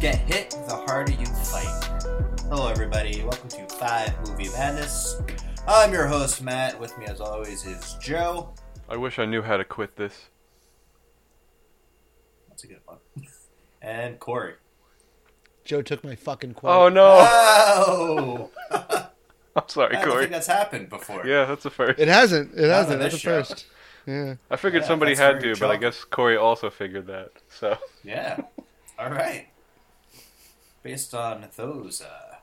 get hit, the harder you fight. Hello, everybody. Welcome to Five Movie Madness. I'm your host, Matt. With me, as always, is Joe. I wish I knew how to quit this. That's a good one. And Corey. Joe took my fucking quote. Oh no! Oh! I'm sorry, I don't think Corey. that's happened before. Yeah, that's a first. It hasn't. It on hasn't. this That's a show. first. Yeah. I figured Yeah, somebody that's had very to, but I chalk. guess Corey also figured that. So Yeah. All right. Based on those uh,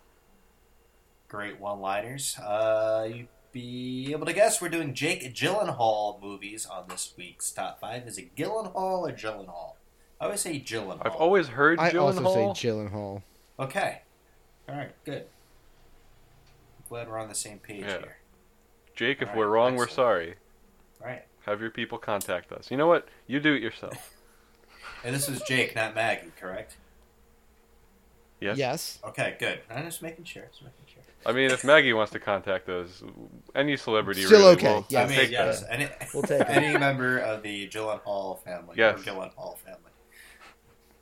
great one-liners, uh, you'd be able to guess we're doing Jake Gyllenhaal movies on this week's top five. Is it Gyllenhaal or Gyllenhaal? I always say Gyllenhaal. I've always heard I also Gyllenhaal. say Gyllenhaal. okay. All right. Good. Glad we're on the same page Yeah. here. Jake, if Alright, we're wrong, we're excellent. sorry. All right. Have your people contact us. You know what? You do it yourself. And this was Jake, not Maggie, correct? Yes. Yes. Okay. Good. I'm just making sure. Just making sure. I mean, if Maggie wants to contact us, any celebrity Still really okay, will yes. I take mean, that. yes, any, We'll take it. any member of the Gyllenhaal family Yes. or Gyllenhaal family.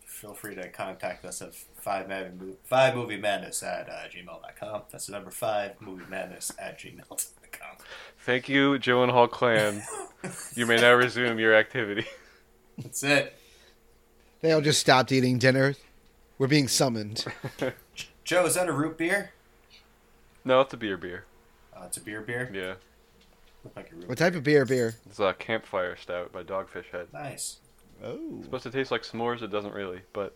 Feel free to contact us at five movie, five movie madness at uh, gmail.com. That's the number five movie madness at gmail.com. Thank you, Gyllenhaal clan. you may now resume your activity. That's it. They all just stopped eating dinner. We're being summoned. Joe, is that a root beer? No, it's a beer beer. Uh, it's a beer beer. Yeah, Looked like a root What type of beer? Beer. it's a campfire stout by Dogfish Head. beer. Nice. Oh. It's supposed to taste like s'mores. It doesn't really, but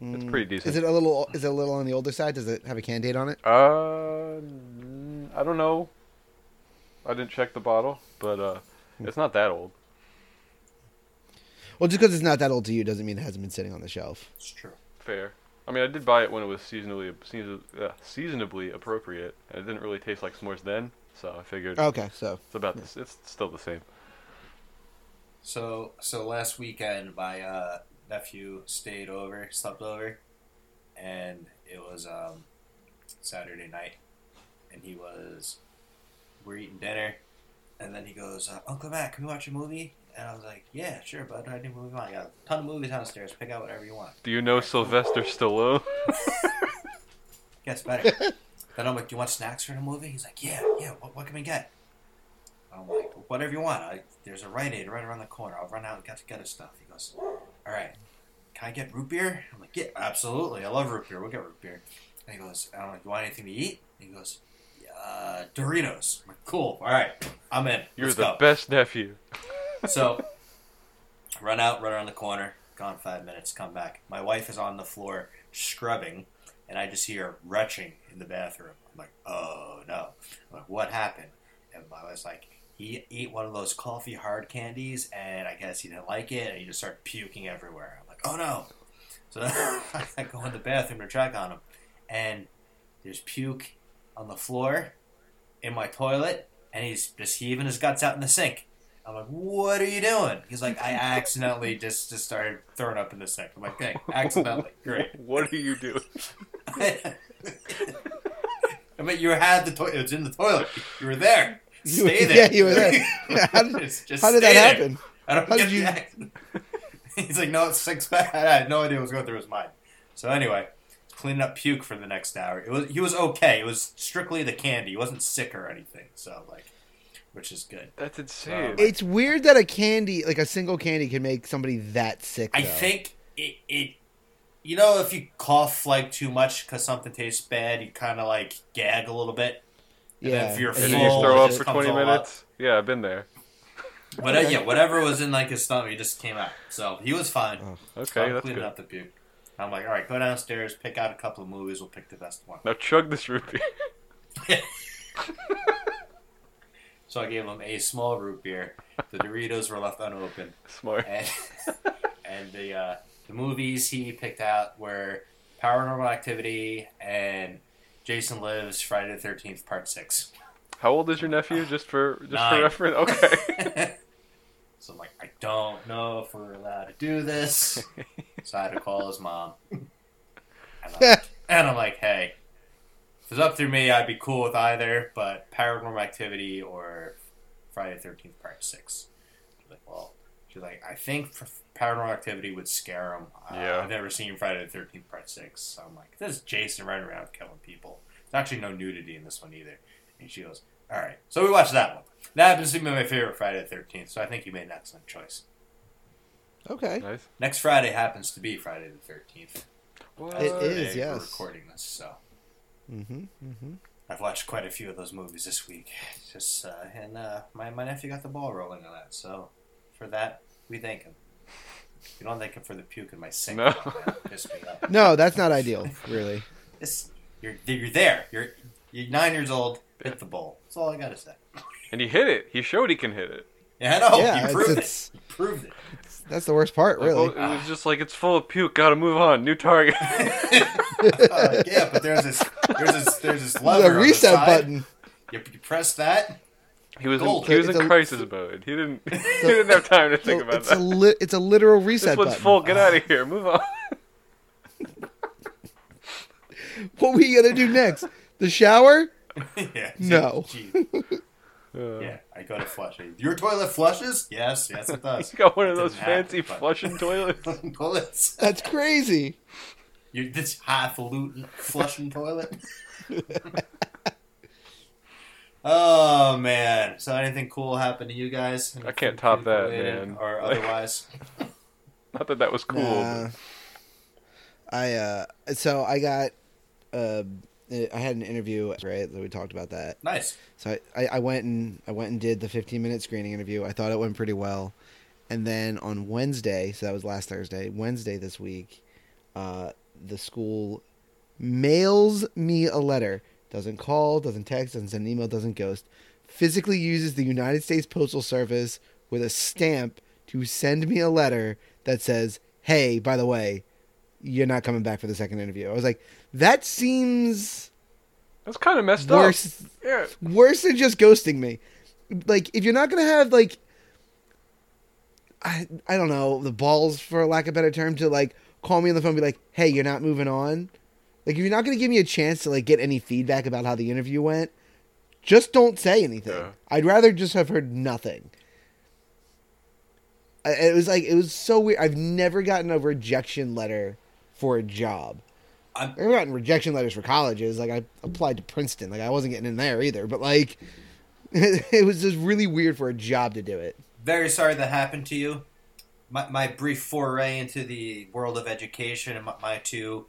it's pretty decent. Mm, Is it a little? Is it a little on the older side? Does it have a can date on it? Uh, n- I don't know. I didn't check the bottle, but uh, Hmm. it's not that old. Well, just because it's not that old to you doesn't mean it hasn't been sitting on the shelf. It's true. Fair. I mean, I did buy it when it was seasonally season, uh, seasonably appropriate, and it didn't really taste like s'mores then. So I figured Okay, so it's about this. It's still the same. So so last weekend my uh, nephew stayed over, slept over, and it was um, Saturday night, and he was we're eating dinner, and then he goes, uh, Uncle Matt, can we watch a movie? And I was like, Yeah, sure, bud. I need a movie. on. I got a ton of movies downstairs. Pick out whatever you want. Do you know Sylvester Stallone? Gets better. then I'm like, Do you want snacks for the movie? He's like, Yeah, yeah. What, what can we get? I'm like, Whatever you want. I, there's a Rite Aid right around the corner. I'll run out and get to get his stuff. He goes, All right. Can I get root beer? I'm like, Yeah, absolutely. I love root beer. We'll get root beer. And he goes, I'm like, You want anything to eat? And he goes, uh, Doritos. I'm like, Cool. All right. I'm in. You're Let's the go." best nephew. So, run out, run around the corner, gone five minutes, come back. My wife is on the floor scrubbing, and I just hear retching in the bathroom. I'm like, oh no. I'm like, what happened? And my wife's like, he ate one of those coffee hard candies, and I guess he didn't like it, and he just started puking everywhere. I'm like, oh no. So I go in the bathroom to check on him, and there's puke on the floor in my toilet, and he's just heaving his guts out in the sink. I'm like, what are you doing? He's like, I accidentally just, just started throwing up in the sink. I'm like, okay, accidentally. Great. What are you doing? I mean, you had the toilet. It's in the toilet. You were there. You- Stay there. yeah, you were there. How did- Just- just how did stay that there. happen? I don't How get did you- the accident. He's like, no, it's six pack. I had no idea what was going through his mind. So anyway, cleaning up puke for the next hour. It was he was okay. It was strictly the candy. He wasn't sick or anything. So like, which is good. That's insane. Wow. It's weird that a candy, like a single candy, can make somebody that sick. I though. think it, it, you know, if you cough like too much because something tastes bad, you kind of like gag a little bit. and then if you're and and you then just you full, throw it up just for comes 20 all up. minutes. Yeah, I've been there. Whatever, yeah, whatever was in like his stomach, it just came out. So he was fine. Oh, Okay, I'm that's cleaning good. up the puke. I'm like, all right, go downstairs, pick out a couple of movies. We'll pick the best one. Now chug this root beer. So I gave him a small root beer. The Doritos were left unopened, Smart. and and the uh, the movies he picked out were Paranormal Activity and Jason Lives Friday the Thirteenth Part Six. How old is your nephew? Just for just Nine. for reference. Okay. So I'm like, I don't know if we're allowed to do this. so I had to call his mom. And I'm, and I'm like, hey, if it's up to me, I'd be cool with either, but Paranormal Activity or Friday the 13th, Part 6. She's like, well, She's like, I think for Paranormal Activity would scare him. Uh, Yeah. I've never seen Friday the Thirteenth Part Six, so I'm like, this is Jason running around killing people. There's actually no nudity in this one either. And she goes, All right. So we watched that one. That happens to be my favorite Friday the Thirteenth, so I think you made an excellent choice. Okay. Nice. Next Friday happens to be Friday the Thirteenth. What? It is, yes. We're recording this, so Mm-hmm. Mm-hmm. I've watched quite a few of those movies this week. Just uh, and uh, my my nephew got the ball rolling on that, so for that we thank him. We don't thank him for the puke in my sink. No. That pissed me off. No, that's not ideal, really. It's, you're you're there. You're you're nine years old. Hit the bowl. That's all I gotta say. And he hit it. He showed he can hit it. Yeah, I know. Yeah, you it's- proved it's- it. You proved it. That's the worst part, Like, really. well, it was just like it's full of puke. Gotta move on. New target. Uh, yeah, but there's this there's this there's this lever The on reset side. button. You, you press that. he was in, Gold. he was It's in a- crisis mode. He didn't he didn't have time to think about It's that. a li- it's a literal this reset one's button. full. Get out of here. Move on. What we gonna do next? The shower? yeah. No. Gee. Uh, Yeah, I go to flush. it. Your toilet flushes? Yes, yes, it does. He's got one of It those didn't happen, fancy but- flushing toilets. toilets. That's crazy. You this highfalutin flushing toilet. oh man! So anything cool happened to you guys? I can't top that, Related man. Or otherwise, Not that that was cool. Nah. I uh, so I got uh, I had an interview right that we talked about that. nice. So I, I, I went and I went and did the 15 minute screening interview. I thought it went pretty well, and then on Wednesday, so that was last Thursday, Wednesday this week, uh, the school mails me a letter. Doesn't call, doesn't text, doesn't send an email, doesn't ghost. Physically uses the United States Postal Service with a stamp to send me a letter that says, "Hey, by the way, you're not coming back for the second interview." I was like, that seems That's kind of messed worse up. Yeah. worse than just ghosting me. Like if you're not gonna have like, I I don't know the balls for lack of a better term to like call me on the phone and be like, hey, you're not moving on. Like if you're not gonna give me a chance to like get any feedback about how the interview went, just don't say anything. Yeah. I'd rather just have heard nothing. I- It was like it was so weird. I've never gotten a rejection letter for a job. I'm- I've gotten rejection letters for colleges. Like I applied to Princeton. Like I wasn't getting in there either. But like, it was just really weird for a job to do it. Very sorry that happened to you. My, my brief foray into the world of education and my, my two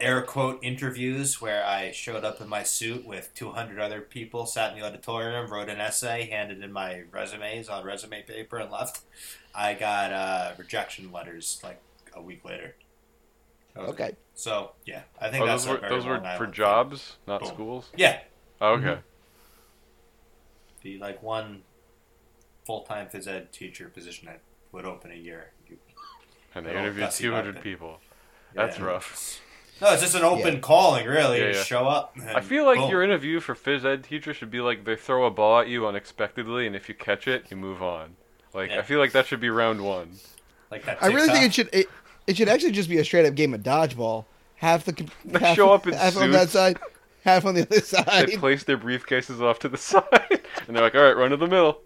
air quote interviews where I showed up in my suit with 200 other people, sat in the auditorium, wrote an essay, handed in my resumes on resume paper, and left. I got uh, rejection letters like a week later. That was it. Okay. So, yeah, I think Oh, that's those a were very those were Long Island for thing. Mm-hmm. jobs, not Boom. schools. Yeah. Oh, okay. The like one full time phys ed teacher position that would open a year. You And they Little interviewed gussy 200 bucket. people. Yeah. That's rough. No, it's just an open Yeah. calling, really. Yeah, You yeah. show up. and oh. I feel like boom. your interview for phys ed teacher should be like they throw a ball at you unexpectedly, and if you catch it, you move on. Like Yeah. I feel like that should be round one. Like that I really TikTok. think it should it, it should actually just be a straight up game of dodgeball. Half the com- They half, show up in half on that suits. side, half on the other side. They place their briefcases off to the side, and they're like, "All right, run to the mill."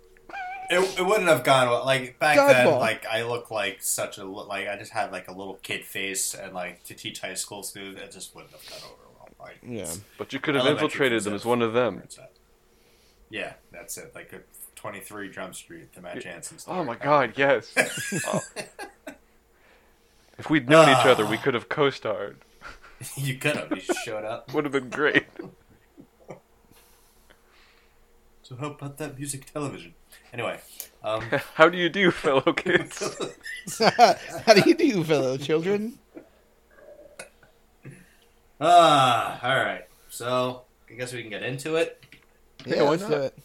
It, it wouldn't have gone well. Like back then, Dodgeball. like I looked like such a li- like I just had like a little kid face, and like to teach high school students, it just wouldn't have gone over well. Like, yeah. But you could have Elementary infiltrated phys them ed. as one of them. Yeah, that's it. Like a twenty-three Jump Street to Matt Jansen's. Oh my God, yes. Oh. If we'd known each other, we could have co-starred. you could have. You showed up. Would have been great. So how about that music television? Anyway, um, How do you do, fellow kids? How do you do, fellow children? ah, all right. So I guess we can get into it. Yeah, why let's do not? it.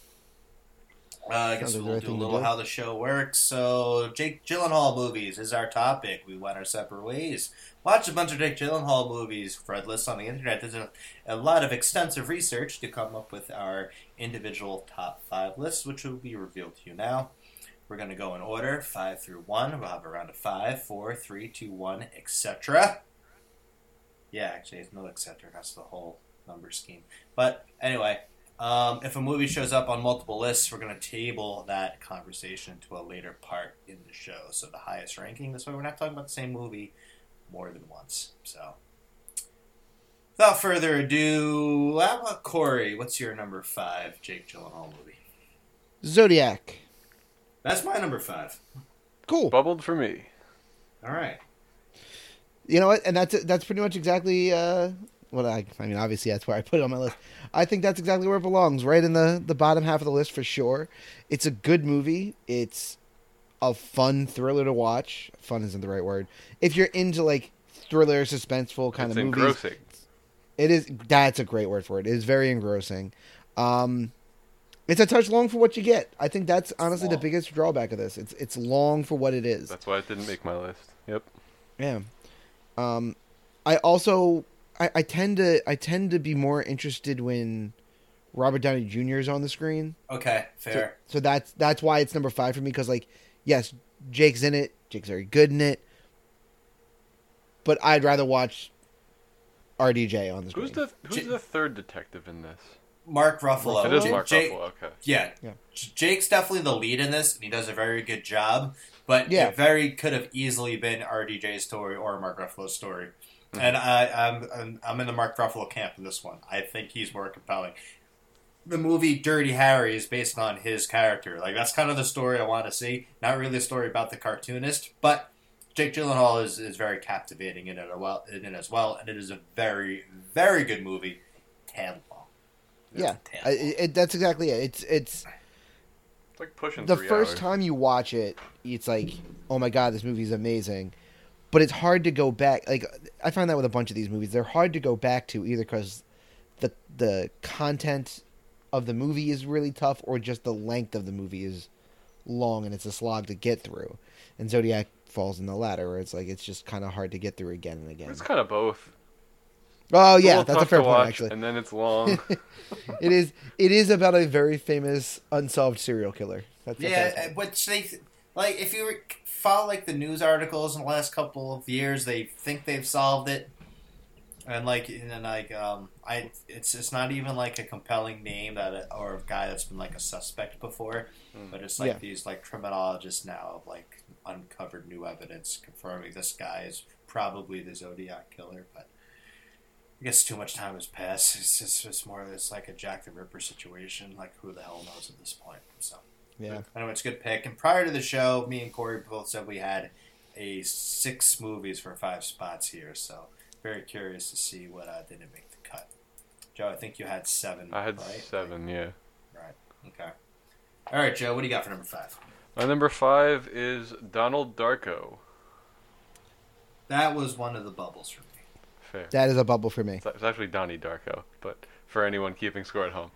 Uh, I Sounds guess like the we'll right do a thing to little do. how the show works. So, Jake Gyllenhaal movies is our topic. We went our separate ways. Watched a bunch of Jake Gyllenhaal movies. Read lists on the internet. There's a, a lot of extensive research to come up with our individual top five lists, which will be revealed to you now. We're going to go in order, five through one. We'll have a round of five, four, three, two, one, etc. Yeah, actually, it's no etc. That's the whole number scheme. But anyway, Um, if a movie shows up on multiple lists, we're going to table that conversation to a later part in the show. So the highest ranking. This way, we're not talking about the same movie more than once. So, without further ado, how about Corey? What's your number five Jake Gyllenhaal movie? Zodiac. That's my number five. Cool. Bubbled for me. All right. You know what? And that's that's pretty much exactly uh, what I. I mean, obviously that's where I put it on my list. I think that's exactly where it belongs, right in the the bottom half of the list for sure. It's a good movie. It's a fun thriller to watch. Fun isn't the right word. If you're into like thriller, suspenseful kind it's of movies, engrossing. it is. That's a great word for it. It is very engrossing. Um, it's a touch long for what you get. I think that's honestly the long. biggest drawback of this. It's it's long for what it is. That's why it didn't make my list. Yep. Yeah. Um, I also I, I tend to I tend to be more interested when Robert Downey Jr. is on the screen. Okay. So, Fair. so that's that's why it's number five for me because like yes, Jake's in it. Jake's very good in it. But I'd rather watch RDJ on the screen. Who's the Who's J- the third detective in this? Mark Ruffalo. It is J- Mark Jake- Ruffalo. Okay. Yeah. Yeah. J- Jake's definitely the lead in this, and he does a very good job. But Yeah. it very could have easily been RDJ's story or Mark Ruffalo's story. Hmm. And I, I'm, I'm I'm in the Mark Ruffalo camp in this one. I think he's more compelling. The movie Dirty Harry is based on his character. Like that's kind of the story I want to see. Not really a story about the cartoonist, but Jake Gyllenhaal is, is very captivating in it, a well, in it as well, and it is a very very good movie. Tan long. Yeah. Tan I, long. it, that's exactly it. It's it's It's like pushing the three first hours. time you watch it, it's like, oh my god, this movie's amazing. But it's hard to go back. Like I find that with a bunch of these movies, they're hard to go back to either because the the content of the movie is really tough, or just the length of the movie is long and it's a slog to get through. And Zodiac falls in the latter, where it's like it's just kind of hard to get through again and again. It's kind of both. Oh yeah, little that's a tough fair to point. watch, Actually, And then it's long. it is. It is about a very famous unsolved serial killer. That's a fair Yeah, point. uh, which they like. If you re- follow like the news articles in the last couple of years, they think they've solved it, and like and then, like um, I it's it's not even like a compelling name that or a guy that's been like a suspect before, Mm. but it's like Yeah. these like criminologists now have like uncovered new evidence confirming this guy is probably the Zodiac killer, but. I guess too much time has passed. It's just it's more it's like a Jack the Ripper situation. Like who the hell knows at this point? So yeah. I know it's a good pick. And prior to the show, me and Corey both said we had a six movies for five spots here. So very curious to see what uh, didn't make the cut. Joe, I think you had seven. I had right? seven. Yeah. Okay. All right, Joe. What do you got for number five? My number five is Donald Darko. That was one of the bubbles for me. Fair. That is a bubble for me. It's it's actually Donnie Darko, but for anyone keeping score at home.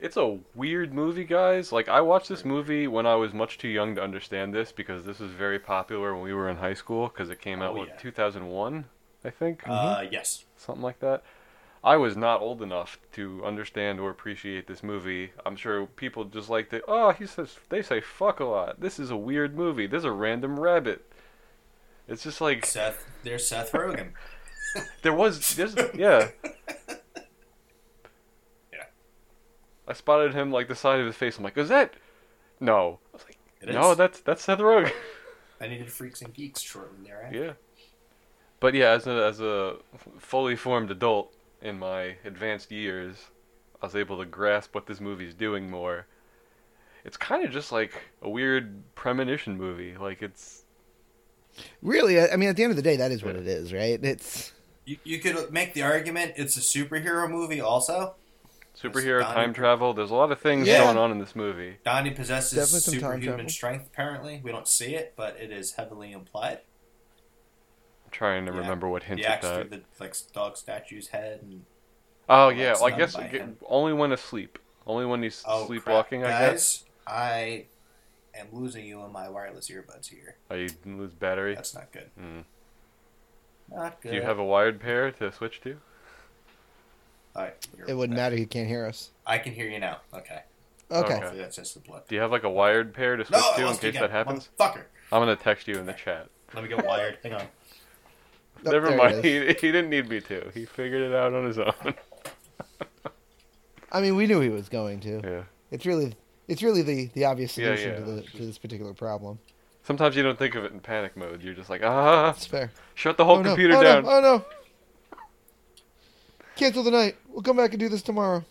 It's a weird movie, guys. Like, I watched this movie when I was much too young to understand this because this was very popular when we were in high school because it came out Oh, with yeah. 2001, I think, Uh, yes. something like that. I was not old enough to understand or appreciate this movie. I'm sure people just like the oh, he says they say fuck a lot. This is a weird movie. There's a random rabbit. It's just like Seth. There's Seth Rogen. there was, there's, yeah. Yeah. I spotted him like the side of his face. I'm like, is that? No. I was like, It is. no, that's that's Seth Rogen. I needed Freaks and Geeks shortly there. Right? yeah. But yeah, as a as a f- fully formed adult in my advanced years, I was able to grasp what this movie's doing more. It's kind of just like a weird premonition movie. Like it's Really, I I mean, at the end of the day, that is what Yeah. it is, right? It's You, you could make the argument it's a superhero movie. Also, superhero Donnie- time travel. There's a lot of things Yeah. going on in this movie. Donnie possesses Definitely some time superhuman travel. strength. Apparently, we don't see it, but it is heavily implied. I'm trying to Yeah. remember what He hints at acts that. through the like dog statue's head and Oh Well, yeah, that's well, I done guess by g- him. only when asleep. Only when he's oh, sleepwalking. crap. I guess. guys. I am losing you on my wireless earbuds here. Oh, you didn't lose battery. That's not good. Mm. Not good. Do you have a wired pair to switch to? All right, you're it wouldn't back. matter. He can't hear us. I can hear you now. Okay. Okay. Okay. So that's just the blood. Do you have like a wired pair to No, switch I to in lost you case again. that happens? Motherfucker. I'm gonna text you in the chat. Let me get wired. Hang on. Oh, Never there it mind. is. He, he didn't need me to. He figured it out on his own. I mean, we knew he was going to. Yeah. It's really, it's really the, the obvious Yeah, solution yeah, to, the, it's to this particular problem. Sometimes you don't think of it in panic mode. You're just like, ah, It's fair. shut the whole oh, computer no. Oh, down. No. Oh no! Cancel the night. We'll come back and do this tomorrow.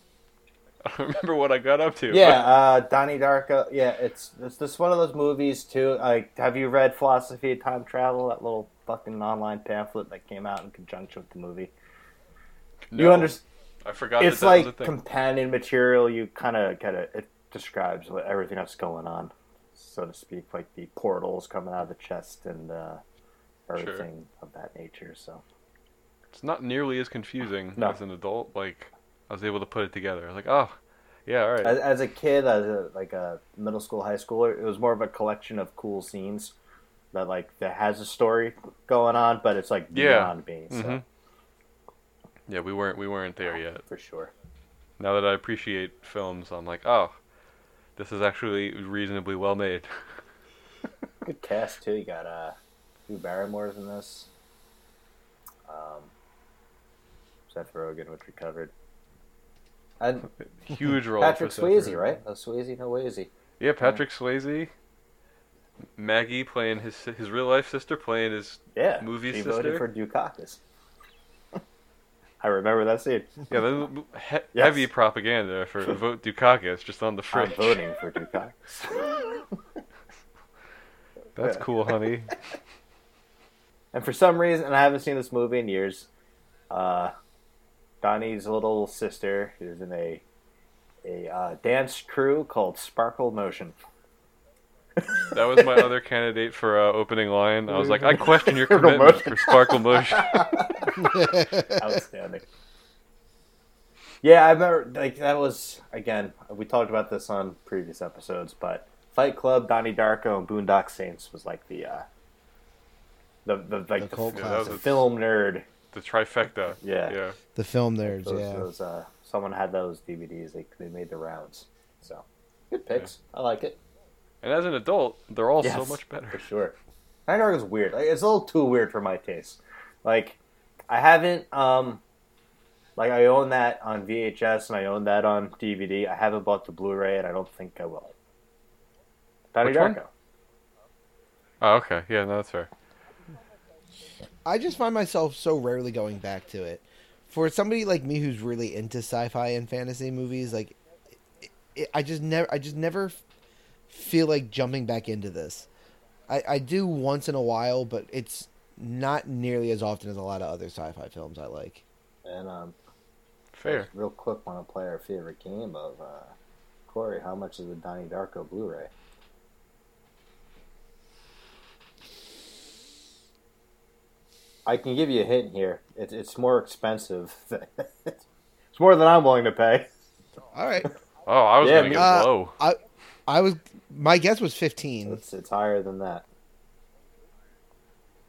I don't remember what I got up to. Yeah, uh, Donnie Darko. Yeah, it's it's just one of those movies too. Like, have you read Philosophy of Time Travel? That little fucking online pamphlet that came out in conjunction with the movie. you No, understand? I forgot It's that that was a like thing. companion material. You kind of kind of it describes what, everything that's going on, so to speak, like the portals coming out of the chest and uh, everything of that nature. So it's not nearly as confusing No. as an adult. Like, I was able to put it together. I was like, oh, yeah, all right. as, as a kid, as a, like a middle school, high schooler, it was more of a collection of cool scenes that like that has a story going on, but it's like Yeah. beyond me. So Mhm. yeah, we weren't we weren't there yet. for sure, Now that I appreciate films, I'm like, oh, this is actually reasonably well made. good cast too. You got uh, Drew Barrymore's in this. Um, Seth Rogen, which we covered, and Huge role. Patrick for Seth Swayze, Rogen. right? No Swayze, no Wazy. Yeah, Patrick Swayze. Maggie playing his his real life sister playing his Yeah, Movie she sister? voted for Dukakis. I remember that scene. yeah the, he, Yes. heavy propaganda for vote Dukakis just on the I'm fridge. voting for Dukakis. That's cool, honey. And for some reason, and I haven't seen this movie in years, uh, Donnie's little sister is in a a uh, dance crew called Sparkle Motion. That was my other candidate for uh, opening line. I was like, I question your commitment Motion. for Sparkle Motion. Outstanding. yeah, I remember. Like that was again. We talked about this on previous episodes, but Fight Club, Donnie Darko, and Boondock Saints was like the uh, the, the like The the, cult the classics. film nerd. The trifecta. Yeah. Yeah. The film nerds, Those, yeah. those, uh, someone had those DVDs. They they made the rounds. So good picks. I like it. And as an adult, they're all so Yes, much for better. sure. Night Dog is weird. Like, it's a little too weird for my taste. Like I haven't um like I own that on VHS and I own that on DVD. I haven't bought the Blu-ray and I don't think I will. Donnie Which one? Darko. Oh, okay. Yeah, no, that's fair. I just find myself so rarely going back to it. For somebody like me who's really into sci-fi and fantasy movies, like it, it, I just never, I just never f- feel like jumping back into this. I, I do once in a while, but it's not nearly as often as a lot of other sci-fi films I like. And um Fair. real quick wanna play our favorite game of uh Corey, how much is the Donnie Darko Blu-ray? I can give you a hint here. It's it's more expensive. than- it's more than I'm willing to pay. All right, Oh, I was Yeah, gonna me- get uh, low. I I was my guess was Mm. 15, It's it's higher than that.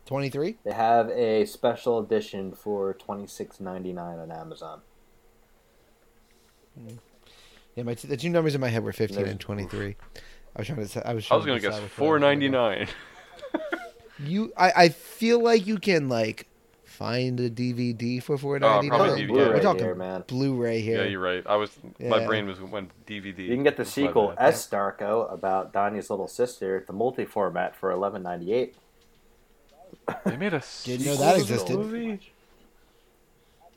23. They have a special edition for twenty six ninety nine on Amazon. Yeah, my t- the two numbers in my head were 15 There's- and 23. I was trying to. s- I was. I was trying gonna to guess decide which one I four was gonna ninety go. nine. You, I, I feel like you can like find a DVD for four ninety nine. Oh, probably DVD. We're Blu-ray talking here, man. Blu-ray here. Yeah, you're right. I was my Yeah. brain was went DVD. You can get the That's my sequel bad. S Darko about Donnie's little sister, the multi format for eleven ninety eight. They made a Didn't know sequel that to the existed. Movie?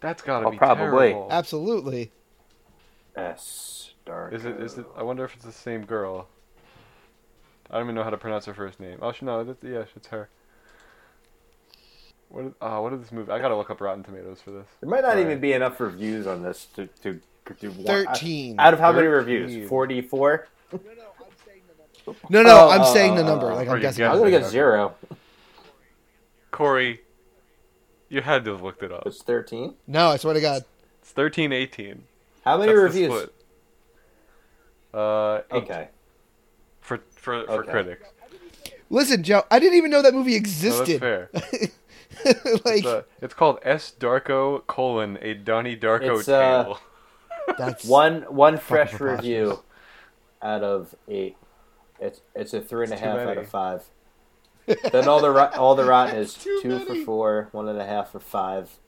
That's gotta Well, be probably. terrible. Absolutely. S Darko. Is it? Is it? I wonder if it's the same girl. I don't even know how to pronounce her first name. Oh, she, no, that's, yeah, it's her. What? Did, uh, what did this movie? I gotta look up Rotten Tomatoes for this. There might not Sorry. even be enough reviews on this to to, to warrant- Thirteen. Out of how many 13. reviews? Forty four. No, no, Oh, I'm oh, saying the oh, number. oh, Like or I'm you guessing. guess I'm it. gonna get zero. Corey, you had to have looked it up. It's thirteen. No, I swear to God. It's thirteen eighteen. How many That's the reviews? split. Uh, eight Okay. for for for Okay. critics. Listen, Joe, I didn't even know that movie No, that's existed. fair. like It's, uh, it's called S Darko colon a Donnie Darko It's, uh, tale. that's One one fresh preposterous. review out of eight. It's it's a three and a It's too half out many. of five. then all the ro- all the rotten is It's too two for many. four, one and a half for five,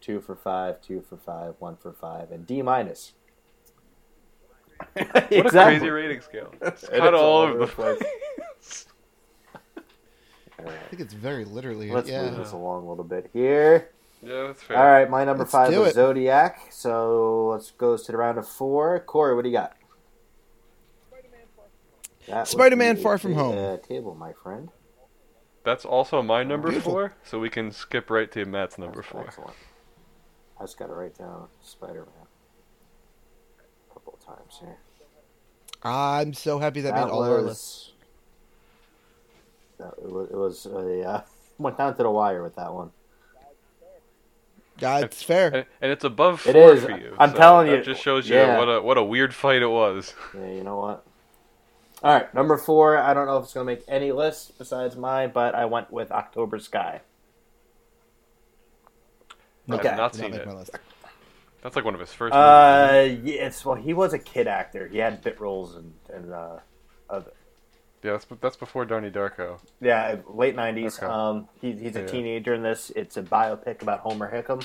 two for five, two for five, one for five, and D minus. What exactly. a crazy rating scale. It's And cut it's all over the place. I think it's very literally. Let's yeah. move this along a little bit here. Yeah, that's fair. All right, my number Let's five do is it. Zodiac. So let's go to the round of four. Corey, what do you got? That would Spider-Man be Far From the, Home. uh, table, my friend. That's also my number Beautiful. four, so we can skip right to Matt's number That's four. Excellent. I just got to write down Spider-Man a couple of times here. I'm so happy that, made all of our lists. That was, it was a uh, went down to the wire with that one. That's fair. And, and it's above It four is. for you. I'm so telling that you. just shows you Yeah. what a what a weird fight it was. Yeah, you know what? All right, number four. I don't know if it's going to make any list besides mine, but I went with October Sky. I've Okay. not Did seen make it. my list. That's like one of his first. movies. Uh, yes. Well, he was a kid actor. He had bit roles and and uh, other, Yeah, that's that's before Donnie Darko. yeah, late nineties. Okay. Um, he, he's a Yeah. teenager in this. It's a biopic about Homer Hickam.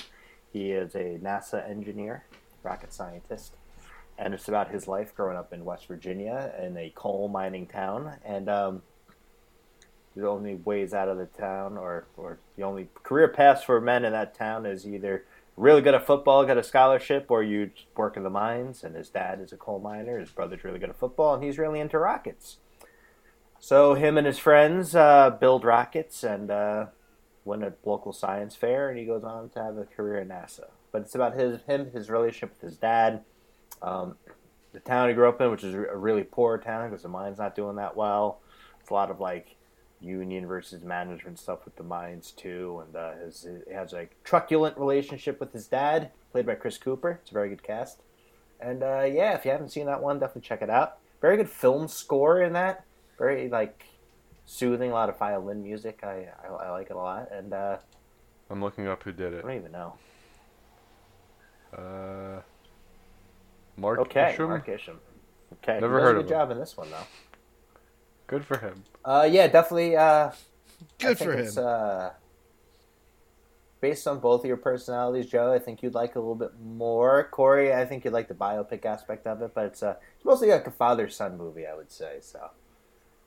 He is a NASA engineer, rocket scientist, and it's about his life growing up in West Virginia in a coal mining town. And um, the only ways out of the town, or or the only career paths for men in that town, is either really good at football, get a scholarship, or you work in the mines. And his dad is a coal miner. His brother's really good at football, and he's really into rockets. So him and his friends uh, build rockets and uh, win a local science fair, and he goes on to have a career in NASA. But it's about his him his relationship with his dad, um, the town he grew up in, which is a really poor town because the mine's not doing that well. It's a lot of like union versus management stuff with the mines too, and uh, his, he has a truculent relationship with his dad, played by Chris Cooper. It's a very good cast. And uh, yeah, if you haven't seen that one, definitely check it out. Very good film score in that. Very like soothing, a lot of violin music. I I, I like it a lot. And uh, I'm looking up who did I it. don't even know. Uh, Mark Okay, Isham? Mark Isham. Okay, Never he does heard a of good him. job in this one though. Good for him. Uh, yeah, definitely. Uh, I Good think for him. it's, Uh, based on both of your personalities, Joe, I think you'd like a little bit more. Corey, I think you'd like the biopic aspect of it, but it's, uh, it's mostly like a father son movie, I would say. So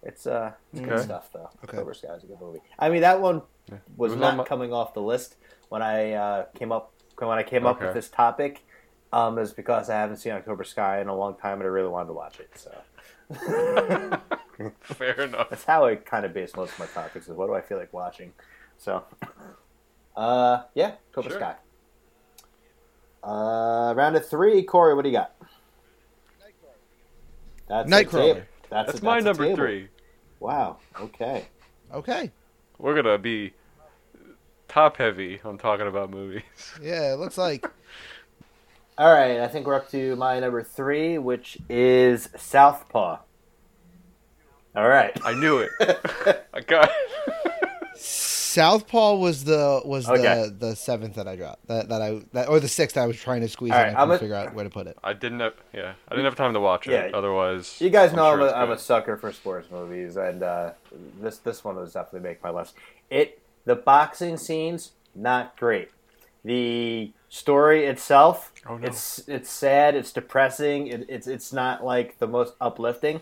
it's, uh, it's good Okay. stuff, though. Okay. Cobra Sky's a good movie. I mean, that one Yeah. was, It was not on my- coming off the list when I uh, came up when I came up Okay. with this topic. Um, is because I haven't seen October Sky in a long time, and I really wanted to watch it. So Fair enough. that's how I kind of base most of my topics is what do I feel like watching. So, uh, yeah, Cobra Sure. Sky. Uh, round of three, Corey, what do you got? That's a Nightcrawler. table. That's, a- That's my a number table. three. Wow. Okay. Okay. We're gonna be top heavy on talking about movies. Yeah, it looks like All right. I think we're up to my number three, which is Southpaw. All right. I knew it. I got. Southpaw was the was Okay. the the seventh that I dropped that, that I that, or the sixth I was trying to squeeze All right, in. I I'm couldn't a- figure out where to put it. I didn't have. Yeah, I didn't have time to watch it. Yeah. Otherwise, You guys I'm know sure I'm, it's a, I'm a good. sucker for sports movies, and uh, this this one was definitely make my list. It the boxing scenes not great. The story itself, Oh, no. it's it's sad, it's depressing, it, it's it's not like the most uplifting.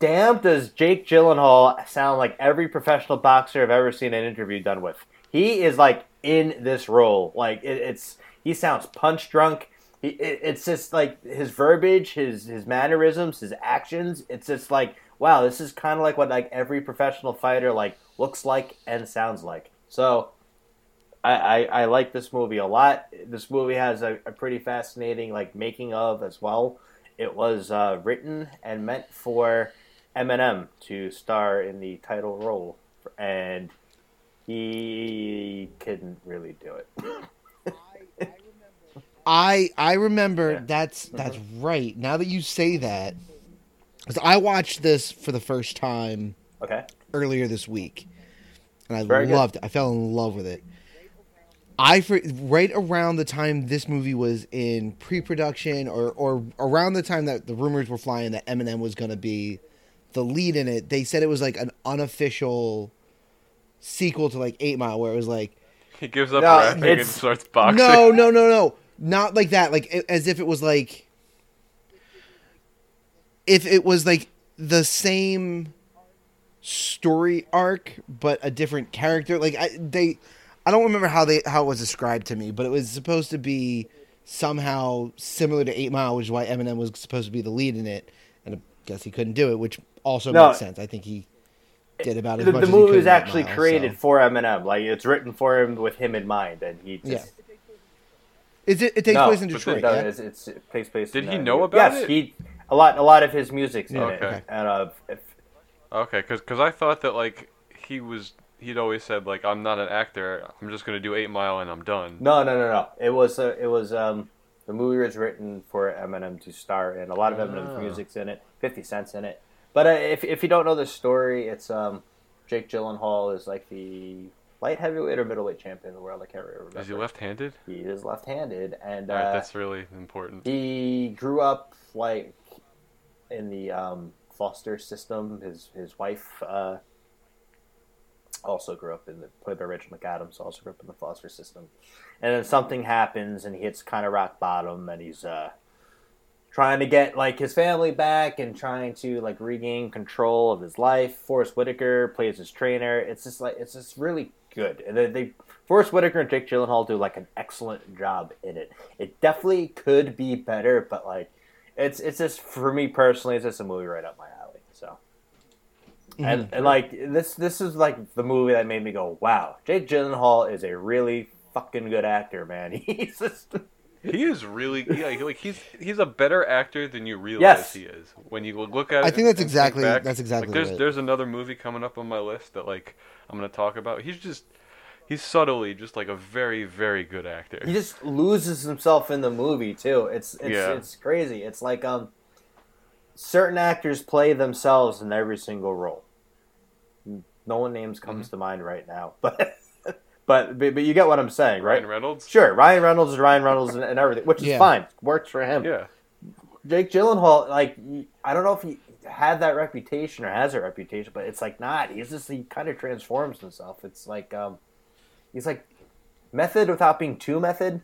Damn, does Jake Gyllenhaal sound like every professional boxer I've ever seen an interview done with? He is like in this role. Like it, it's he sounds punch drunk. He, it, it's just like his verbiage, his his mannerisms, his actions. It's just like wow, this is kind of like what like every professional fighter like looks like and sounds like. So I, I, I like this movie a lot. This movie has a, a pretty fascinating like making of as well. It was uh, written and meant for Eminem to star in the title role, and he couldn't really do it. I I remember Yeah. Mm-hmm. that's that's right. Now that you say that, 'cause I watched this for the first time Okay, earlier this week, and I Very good. loved it. I fell in love with it. I for, right around the time this movie was in pre-production, or or around the time that the rumors were flying that Eminem was going to be the lead in it, they said it was like an unofficial sequel to like Eight Mile, where it was like He gives up No, rapping and it's- starts boxing. no, no, no, no. Not like that. Like a- as if it was like if it was like the same story arc but a different character like I, they I don't remember how they how it was described to me but it was supposed to be somehow similar to 8 Mile which is why Eminem was supposed to be the lead in it and I guess he couldn't do it which also No. makes sense I think he did about as the, much the as he could movie was in 8 actually Mile, so- created for Eminem. Like it's written for him with him in mind, and he just. Yeah. Is it it takes No, place in but Detroit they- No, yeah? it's, it's, it takes place. Did in, he uh, know New- about yes, it? He a lot a lot of his music's in Okay. it, and uh, if, Okay, because I thought that like he was he'd always said like I'm not an actor. I'm just gonna do Eight Mile and I'm done. no, no, no, no. It was uh, it was um the movie was written for Eminem to star in. A lot of Eminem's Ah. music's in it. Fifty Cent's in it. But uh, if if you don't know the story, it's um Jake Gyllenhaal is like the light heavyweight or middleweight champion in the world. I can't really remember. Is he left-handed? He is left-handed, and uh, All right, that's really important. he grew up like in the um, foster system. His his wife uh, also grew up in the played by Rachel McAdams. Also grew up in the foster system, and then something happens, and he hits kind of rock bottom, and he's uh, trying to get like his family back and trying to like regain control of his life. Forrest Whitaker plays his trainer. It's just like it's just really good, and they, they Forrest Whitaker and Jake Gyllenhaal do like an excellent job in it. It definitely could be better, but like it's it's just for me personally, it's just a movie right up my alley. So. And, and like this, this is like the movie that made me go, "Wow, Jake Gyllenhaal is a really fucking good actor, man." He's just He is really yeah, he- like he's he's a better actor than you realize Yes. he is. When you look at it, I think that's and exactly- back, that's exactly Like, there's right. there's another movie coming up on my list that like I'm gonna talk about. He's just he's subtly just like a very very good actor. he just loses himself in the movie too. It's it's Yeah. it's crazy. It's like um certain actors play themselves in every single role. No one names Mm-hmm. comes to mind right now, but but but but you get what I'm saying, right? Ryan Reynolds. Sure, Ryan Reynolds is Ryan Reynolds and, and everything, which is Yeah. fine. Works for him. Yeah. Jake Gyllenhaal, like I don't know if he had that reputation or has that reputation, but it's like not. He's just he kind of transforms himself. It's like um, he's like method without being too method.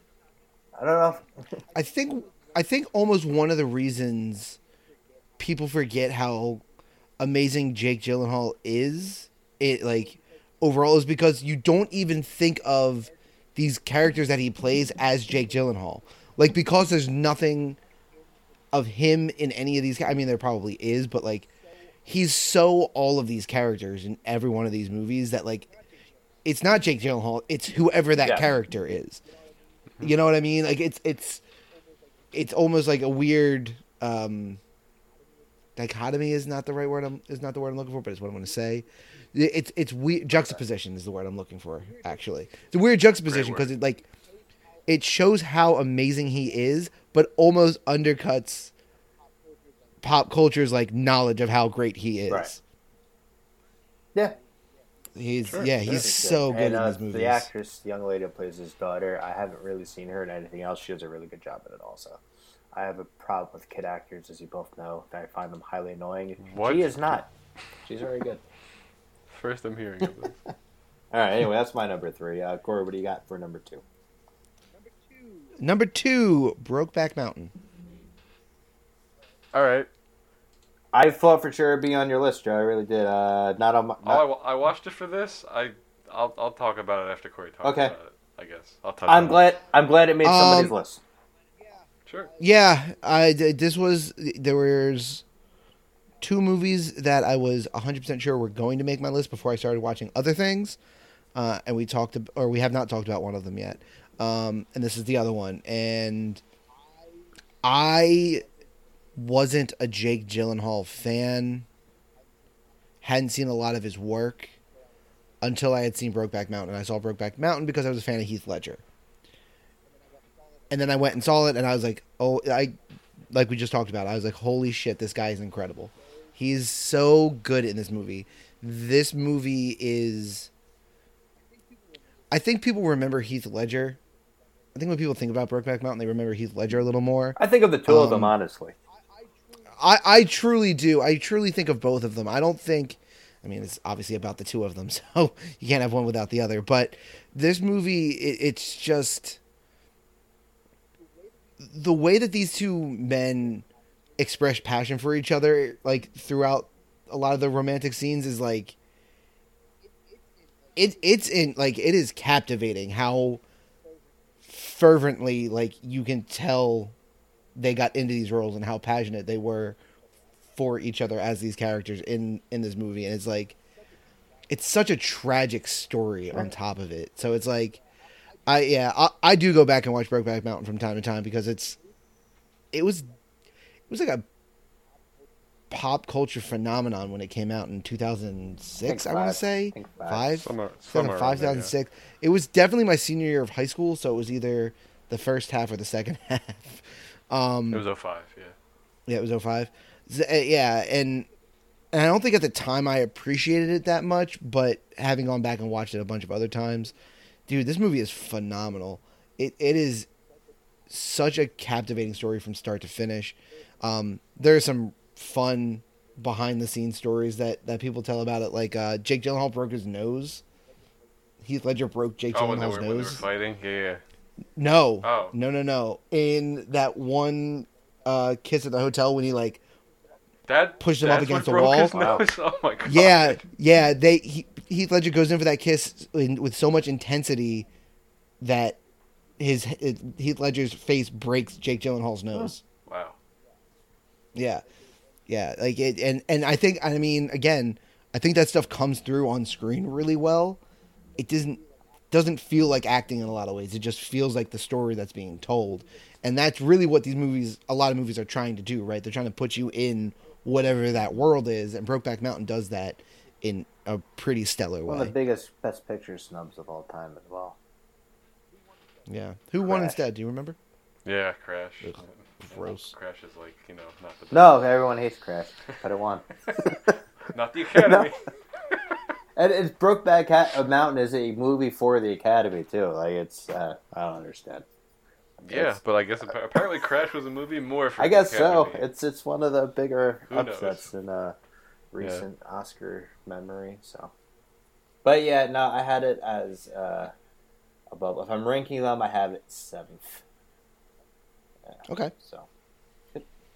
I don't know. If, I think I think almost one of the reasons people forget how amazing Jake Gyllenhaal is, it like overall is because you don't even think of these characters that he plays as Jake Gyllenhaal. Like because there's nothing of him in any of these. I mean, there probably is, but like he's so all of these characters in every one of these movies that like it's not Jake Gyllenhaal. It's whoever that Yeah. character is. You know what I mean? Like it's it's it's almost like a weird um dichotomy is not the right word I'm is not the word I'm looking for, but it's what I'm going to say. It's it's weird juxtaposition is the word I'm looking for. Actually, it's a weird Great juxtaposition word. because it like it shows how amazing he is, but almost undercuts pop culture's like knowledge of how great he is. Right. yeah, He's yeah, he's Perfect. so good And, in uh, these movies. The actress, the young lady who plays his daughter, I haven't really seen her in anything else. She does a really good job in it, also. I have a problem with kid actors, as you both know. I find them highly annoying. What? She is not. She's very good. First I'm hearing of this. All right. Anyway, that's my number three. Uh, Corey, what do you got for number two? Number two, Brokeback Mountain. All right. I thought for sure it'd be on your list, Joe. I really did. Uh, not on my. Oh, I, Not, wa- I watched it for this. I I'll I'll talk about it after Corey talks Okay. about it. I guess I'll touch. on I'm it. glad. I'm glad it made Um, somebody's list. Sure. Yeah, I this was there was two movies that I was 100% sure were going to make my list before I started watching other things. Uh, and we talked ab- or we have not talked about one of them yet. Um, and this is the other one and I wasn't a Jake Gyllenhaal fan. Hadn't seen a lot of his work until I had seen Brokeback Mountain. And I saw Brokeback Mountain because I was a fan of Heath Ledger. And then I went and saw it, and I was like, "Oh, I like we just talked about. I was like, holy shit, this guy is incredible. He's so good in this movie. This movie is. I think people remember Heath Ledger. I think when people think about Brokeback Mountain, they remember Heath Ledger a little more. I think of the two of them, Um, honestly. I, I truly do. I truly think of both of them. I don't think. I mean, it's obviously about the two of them, so you can't have one without the other. But this movie, it, it's just the way that these two men express passion for each other like throughout a lot of the romantic scenes is like it it's in like it is captivating how fervently like you can tell they got into these roles and how passionate they were for each other as these characters in in this movie and it's like it's such a tragic story on top of it so it's like i yeah i, I do go back and watch brokeback mountain from time to time because it's it was it was like a pop culture phenomenon when it came out in 2006 i, Think want to five. say Think five. five Somewhere, somewhere 2005, around there, yeah. 2006. It was definitely my senior year of high school, so it was either the first half or the second half. Um, It was 05, yeah. yeah, it was 05. Z- uh, Yeah, and and I don't think at the time I appreciated it that much, but having gone back and watched it a bunch of other times, dude, this movie is phenomenal. It it is such a captivating story from start to finish. Um, there are some fun behind the scenes stories that that people tell about it, like uh, Jake Gyllenhaal broke his nose. Heath Ledger broke Jake Oh, when they, Gyllenhaal's were, when they were nose. fighting? Yeah, yeah. No. Oh. No, no, no. In that one uh, kiss at the hotel when he like That Pushed him up that's what against a broke wall. his nose. Oh my god. Yeah, yeah. They he, Heath Ledger goes in for that kiss in, with so much intensity that his it, Heath Ledger's face breaks Jake Gyllenhaal's nose. Wow. Yeah, yeah. Like it, and and I think I mean again, I think that stuff comes through on screen really well. It doesn't doesn't feel like acting in a lot of ways. It just feels like the story that's being told, and that's really what these movies, a lot of movies, are trying to do. Right? They're trying to put you in whatever that world is, and Brokeback Mountain does that in a pretty stellar One of way. the biggest best picture snubs of all time as well. yeah. Who won Crash. instead? Do you remember? Yeah, Crash. Ugh, gross. Crash is like you know not the No, everyone hates Crash, but it won. not the Academy. And it's Brokeback Ha- uh, Mountain is a movie for the Academy too. Like it's, uh, I don't understand. yeah, but I guess appa- apparently Crash was a movie more for. I the guess so. Academy. It's it's one of the bigger Who upsets in uh, recent Oscar memory. So, but yeah, no, I had it as uh, above. If I'm ranking them, I have it seventh. Okay. So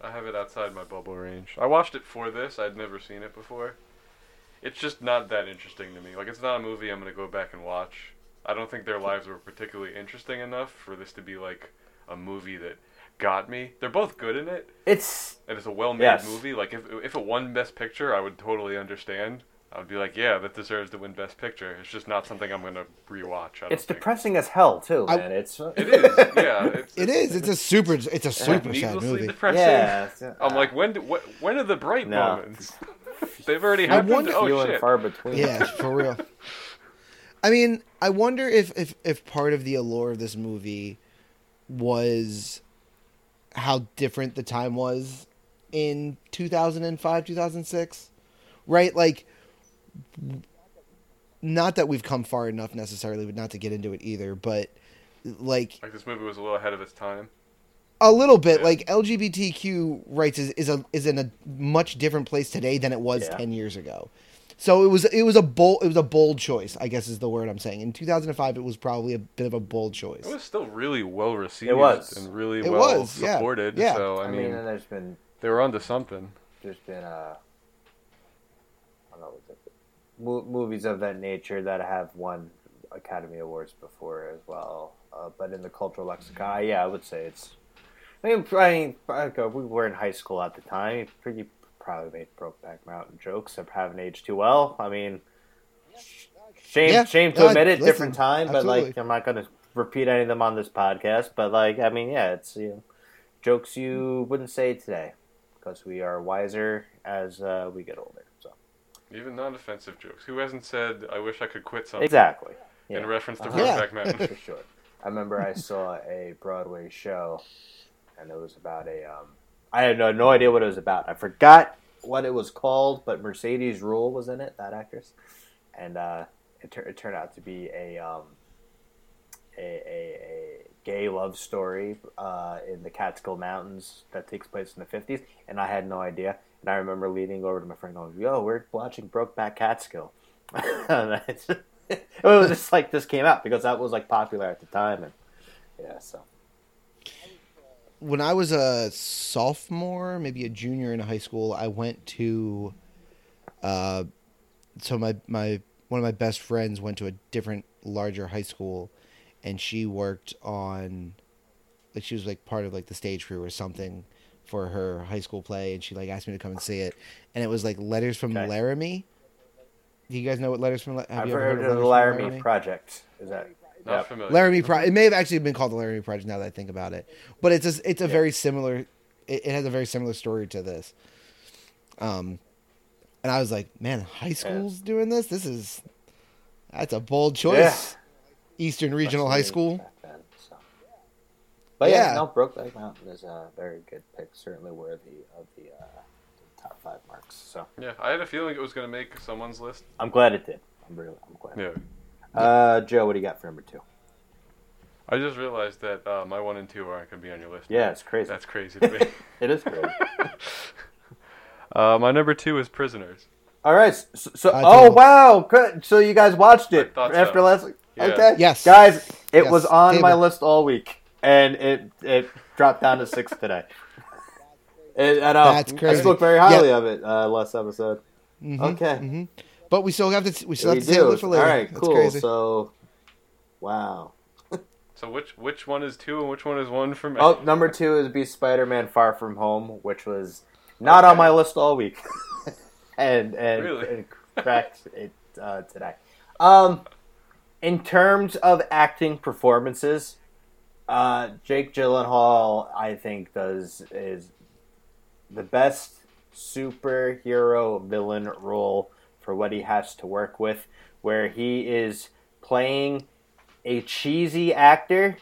I have it outside my bubble range. I watched it for this. I'd never seen it before. It's just not that interesting to me. Like it's not a movie I'm gonna go back and watch. I don't think their lives were particularly interesting enough for this to be like a movie that got me. They're both good in it. it's and it's a well-made Yes. movie. Like if if it won Best Picture, I would totally understand. I'd be like, yeah, that deserves to win Best Picture. It's just not something I'm gonna rewatch. I don't it's think. depressing as hell too, I- man. It's It is, yeah. It's, It is. It's a super. It's a like, super sad needlessly movie. depressing. yeah. it's- uh, I'm like, when do, wh- when are the bright No. moments? They've already I happened. wonder- oh few shit! and far between. yeah, for real. I mean, I wonder if, if if part of the allure of this movie was how different the time was in 2005, 2006, right? Like not that we've come far enough necessarily, but not to get into it either, but like Like this movie was a little ahead of its time. a little bit Yeah. like LGBTQ rights is, is a is in a much different place today than it was Yeah. ten years ago. So it was it was a bold it was a bold choice, I guess is the word I'm saying. In 2005, it was probably a bit of a bold choice. It was still really well received. was. and really It well was, yeah. supported. Yeah. So I I mean, uh, mean, and there's been they were onto something. there's been uh, I don't know, what the- mo- movies of that nature that have won Academy Awards before as well. Uh, but in the cultural lexicon, yeah, I would say it's. I mean, I mean, like, uh, we were in high school at the time. Pretty probably made Brokeback Mountain jokes. I haven't aged too well. I mean, shame Yeah, shame to no, admit it. listen, different time, but like absolutely. I'm not going to repeat any of them on this podcast. But like, I mean, yeah, it's you know, jokes you wouldn't say today because we are wiser as uh, we get older. So Even non-offensive jokes. Who hasn't said, "I wish I could quit something"? exactly. In reference to Uh-huh. Brokeback Mountain. for sure. I remember I saw a Broadway show, and it was about a. Um, I had no, no idea what it was about. I forgot what it was called, but Mercedes Rule was in it. That actress, and uh, it, tur- it turned out to be a um, a, a, a gay love story uh, in the Catskill Mountains that takes place in the fifties, and I had no idea. And I remember leaning over to my friend, going, "Yo, we're watching Brokeback Catskill." And I just- it was just like this came out because that was like popular at the time, and yeah, so when I was a sophomore, maybe a junior in high school, I went to. Uh, so my my one of my best friends went to a different larger high school, and she worked on, like she was like part of like the stage crew or something, for her high school play, and she like asked me to come and see it, and it was like Letters from Okay. Laramie. Do you guys know what Letters from? La- Have I've you ever heard, of the Letters from Laramie, Project. Is that? Not Yep. familiar. Laramie Pro- It may have actually been called the Laramie Project now that I think about it, but it's a, it's a very similar. It, it has a very similar story to this. Um, and I was like, man, high school's doing this. This is that's a bold choice. Eastern Regional High That's School. back then, so. But yeah, Yeah. no, Brokeback Mountain is a very good pick, certainly worthy of the, uh, the top five marks. So Yeah, I had a feeling it was gonna make someone's list. I'm glad it did. I'm really, I'm glad. Yeah. Uh, Joe, what do you got for number two? I just realized that uh, my one and two aren't gonna be on your list. Yeah, it's crazy. That's crazy to me. It is crazy. uh, my number two is Prisoners. All right, so, so I oh don't- wow, good. so you guys watched I it thought after so. last. Yeah. Okay, Yes. guys, it Yes. was on my David. list all week, and it it dropped down to six today. It, I know. That's I crazy. spoke very highly of it uh, last episode. Mhm, Okay. mhm. But we still have to we still We have to save do. it for later. All right, That's cool. crazy. So, wow. So which which one is two and which one is one for me? Oh, number two is be Spider-Man: Far From Home, which was not on Okay. my list all week, and and, Really? and cracked it uh, today. Um, in terms of acting performances, uh, Jake Gyllenhaal, I think, does is the best superhero villain role for what he has to work with, where he is playing a cheesy actor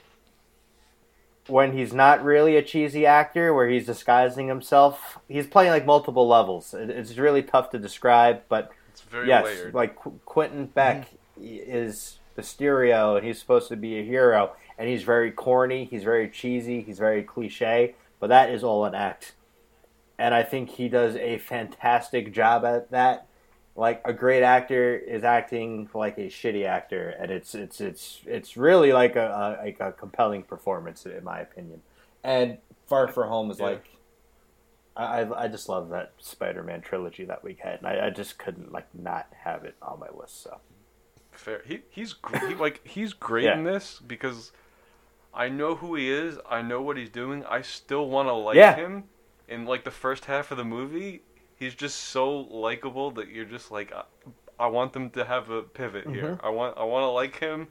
when he's not really a cheesy actor, where he's disguising himself. He's playing like multiple levels. It- It's really tough to describe, but It's very yes, layered. like Qu- Quentin Beck is Mysterio, and he's supposed to be a hero, and he's very corny, he's very cheesy, he's very cliche, but that is all an act. And I think he does a fantastic job at that. Like a great actor is acting like a shitty actor, and it's it's it's it's really like a, a like a compelling performance in my opinion. And Far From Home is Yeah. like I, I I just love that Spider-Man trilogy that we had, and I, I just couldn't like not have it on my list. So Fair. He he's gr- he, like he's great Yeah. in this because I know who he is. I know what he's doing. I still want to like Yeah. him. In like the first half of the movie, he's just so likable that you're just like, I, I want them to have a pivot here. Mm-hmm. I want I want to like him.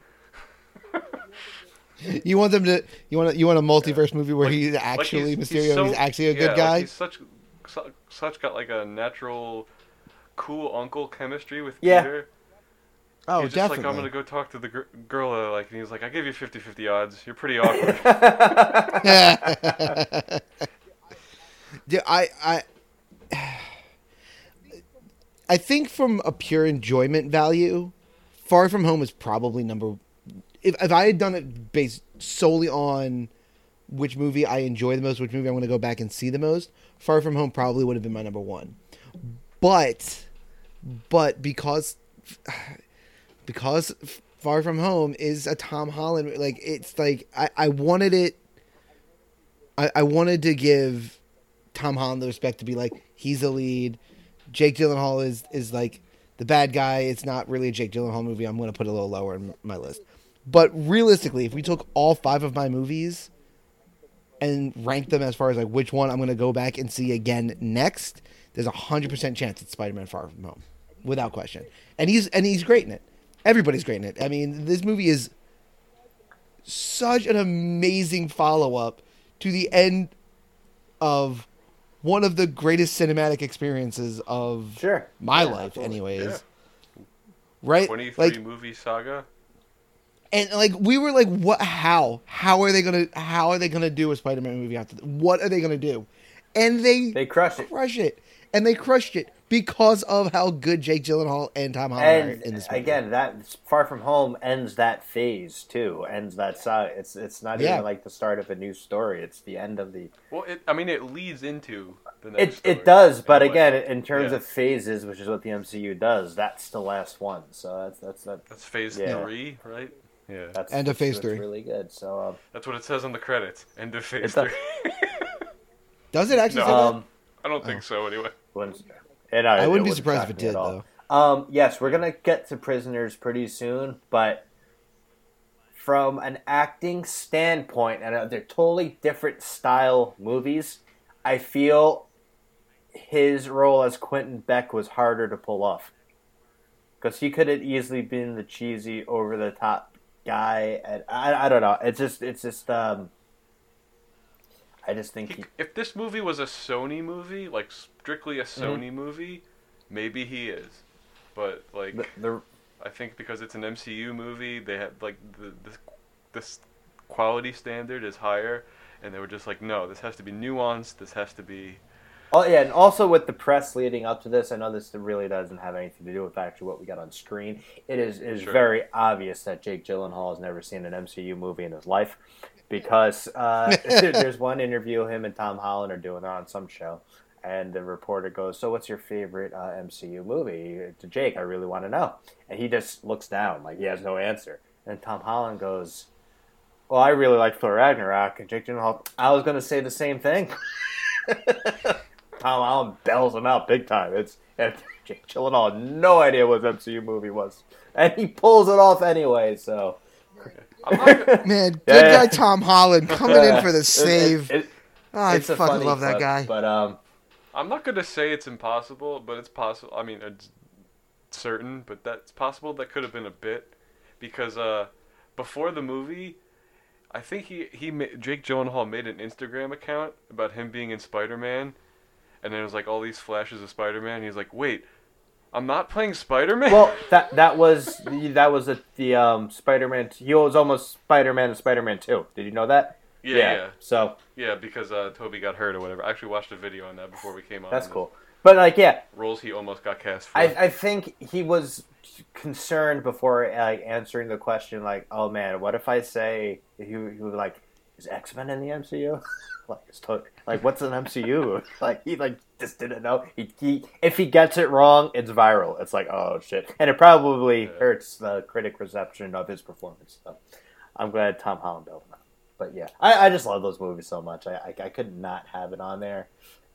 You want them to you want a, you want a multiverse movie where Like- he's Like, actually he's- Mysterio, he's so- and he's actually a yeah, good like, guy. he's such su- such got like a natural cool uncle chemistry with Yeah. Peter. oh, he's just definitely. like I'm gonna go talk to the gir- girl I like, and he's like, I give you 50-50 odds. You're pretty awkward. Yeah, I, I, I think from a pure enjoyment value, Far From Home is probably number. If if I had done it based solely on which movie I enjoy the most, which movie I want to go back and see the most, Far From Home probably would have been my number one. But, but because, because Far From Home is a Tom Holland, like it's like I, I wanted it. I, I wanted to give Tom Holland the respect to be like he's the lead. Jake Gyllenhaal is is like the bad guy. It's not really a Jake Gyllenhaal movie. I'm going to put it a little lower in my list. But realistically, if we took all five of my movies and ranked them as far as like which one I'm going to go back and see again next, there's a hundred percent chance it's Spider-Man: Far From Home, without question. And he's and he's great in it. Everybody's great in it. I mean, this movie is such an amazing follow up to the end of one of the greatest cinematic experiences of sure, my life, anyways. Right? Twenty three Like movie saga. and like we were like, what? How? How are they gonna? How are they gonna do a Spider-Man movie after? Th- what are they gonna do? And they they crushed it. crush it, and they crushed it because of how good Jake Gyllenhaal and Tom Holland are in And this movie. again, that Far From Home ends that phase too. Ends that side. It's it's not Yeah. even like the start of a new story. It's the end of the Well, it, I mean, it leads into the next. It, story it does, in a but way. again, in terms Yeah. of phases, which is what the MCU does, that's the last one. So that's that's that, that's phase Yeah. three, right? Yeah, that's End that's- of phase that's three. Really good. So um, that's what it says on the credits. End of phase It three. does. Does it actually No. say that? Um, I don't Oh. think so. Anyway, when's- and I, I it wouldn't be wouldn't surprised shock if it me at did, all. though. Um, yes, we're gonna get to prisoners pretty soon, but from an acting standpoint, and uh, they're totally different style movies. I feel his role as Quentin Beck was harder to pull off because he could have easily been the cheesy, over the top guy. And I, I don't know. It's just, it's just. Um, I just think he, he, if this movie was a Sony movie, like strictly a Sony movie, maybe he is. But like, the, the I think because it's an MCU movie, they had like the this this quality standard is higher, and they were just like, no, this has to be nuanced. This has to be Oh yeah, and also with the press leading up to this, I know this really doesn't have anything to do with actually what we got on screen. It is it is Sure. very obvious that Jake Gyllenhaal has never seen an MCU movie in his life because uh, there- there's one interview him and Tom Holland are doing on some show, and the reporter goes, "So what's your favorite uh, MCU movie?" To Jake, I really want to know, and he just looks down like he has no answer, and Tom Holland goes. Well, I really like Thor Ragnarok, and Jake Gyllenhaal. I was going to say the same thing. Tom Holland bells him out big time. It's and Jake Gyllenhaal had no idea what MCU movie was, and he pulls it off anyway. So I'm not, gonna- Man, good Yeah, yeah. guy Tom Holland coming in for the uh, It- save. it- it- oh, I it's a fucking funny love that clip, guy. But um, I'm not gonna say it's impossible, but it's possible. I mean, it's certain, but that's possible. That could have been a bit, because uh, before the movie, I think he he ma- Jake Gyllenhaal made an Instagram account about him being in Spider-Man, and then it was like all these flashes of Spider-Man. And he's like, wait, I'm not playing Spider-Man. well, that that was the, that was the, the um Spider-Man. He was almost Spider-Man and Spider-Man Two. Did you know that? yeah, yeah, So yeah, because uh, Toby got hurt or whatever. I actually watched a video on that before we came on. that's the cool. But like, yeah, Roles he almost got cast for. I, I think he was concerned before like answering the question, like, "Oh man, what if I say he, he was like, is X Men in the MCU? like, it's to- like, what's an MCU? like, he like just didn't know. He, he if he gets it wrong, it's viral. It's like, oh shit, and it probably Yeah. hurts the critic reception of his performance. So, I'm glad Tom Holland built him up. But yeah, I, I just love those movies so much. I, I I could not have it on there,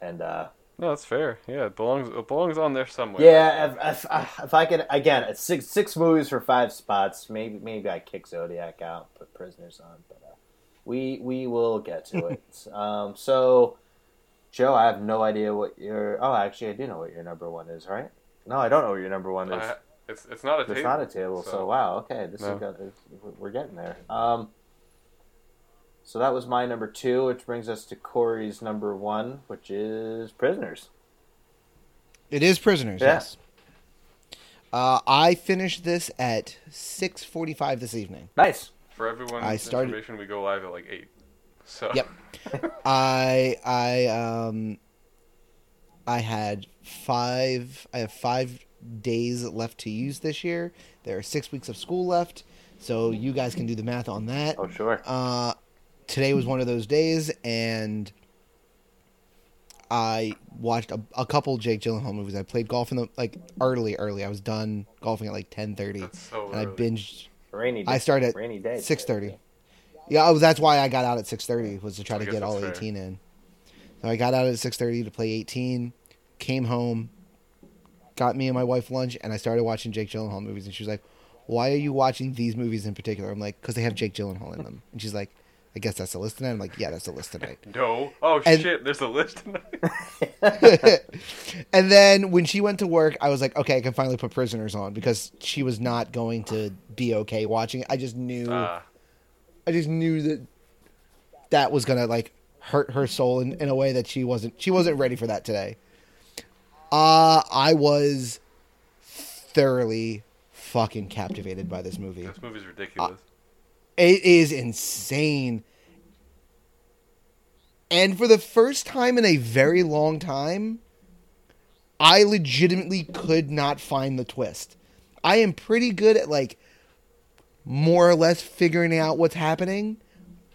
and uh, no, that's fair. Yeah, it belongs it belongs on there somewhere. yeah, if, uh, if, if I could again, it's six six movies for five spots. Maybe maybe I kick Zodiac out, put Prisoners on, but uh, we we will get to it. um, so, Joe, I have no idea what your. Oh, actually, I do know what your number one is, right? No, I don't know what your number one is. I- Uh, it's it's not a it's table. not a table. So, so- wow, okay, this No. is gonna, it's- we're getting there. Um, so that was my number two, which brings us to Corey's number one, which is Prisoners. It is prisoners. Yeah. Yes. Uh, I finished this at six forty-five this evening. Nice. For everyone's I started- information, we go live at like eight. So Yep. I I um I had five I have five days left to use this year. There are six weeks of school left, so you guys can do the math on that. Oh, sure. Uh today was one of those days and I watched a, a couple Jake Gyllenhaal movies. I played golf in the like early, early. I was done golfing at like ten thirty. That's so and I early. binged Rainy. Day. I started at rainy day. Six thirty. Yeah, oh, that's why I got out at six thirty was to try I to guess get all that's fair. eighteen in. So I got out at six thirty to play eighteen. Came home, got me and my wife lunch, and I started watching Jake Gyllenhaal movies. And she was like, "Why are you watching these movies in particular?" I'm like, "Cause they have Jake Gyllenhaal in them." And she's like, "I guess that's the list tonight." I'm like, "Yeah, that's the list tonight." No. Oh And- shit! There's a list. tonight. and then when she went to work, I was like, "Okay, I can finally put Prisoners on," because she was not going to be okay watching it. I just knew. Ah, I just knew that that was gonna like hurt her soul in, in a way that she wasn't she wasn't ready for that today. Uh I was thoroughly fucking captivated by this movie. this movie's ridiculous. It is insane. And for the first time in a very long time, I legitimately could not find the twist. I am pretty good at like more or less figuring out what's happening.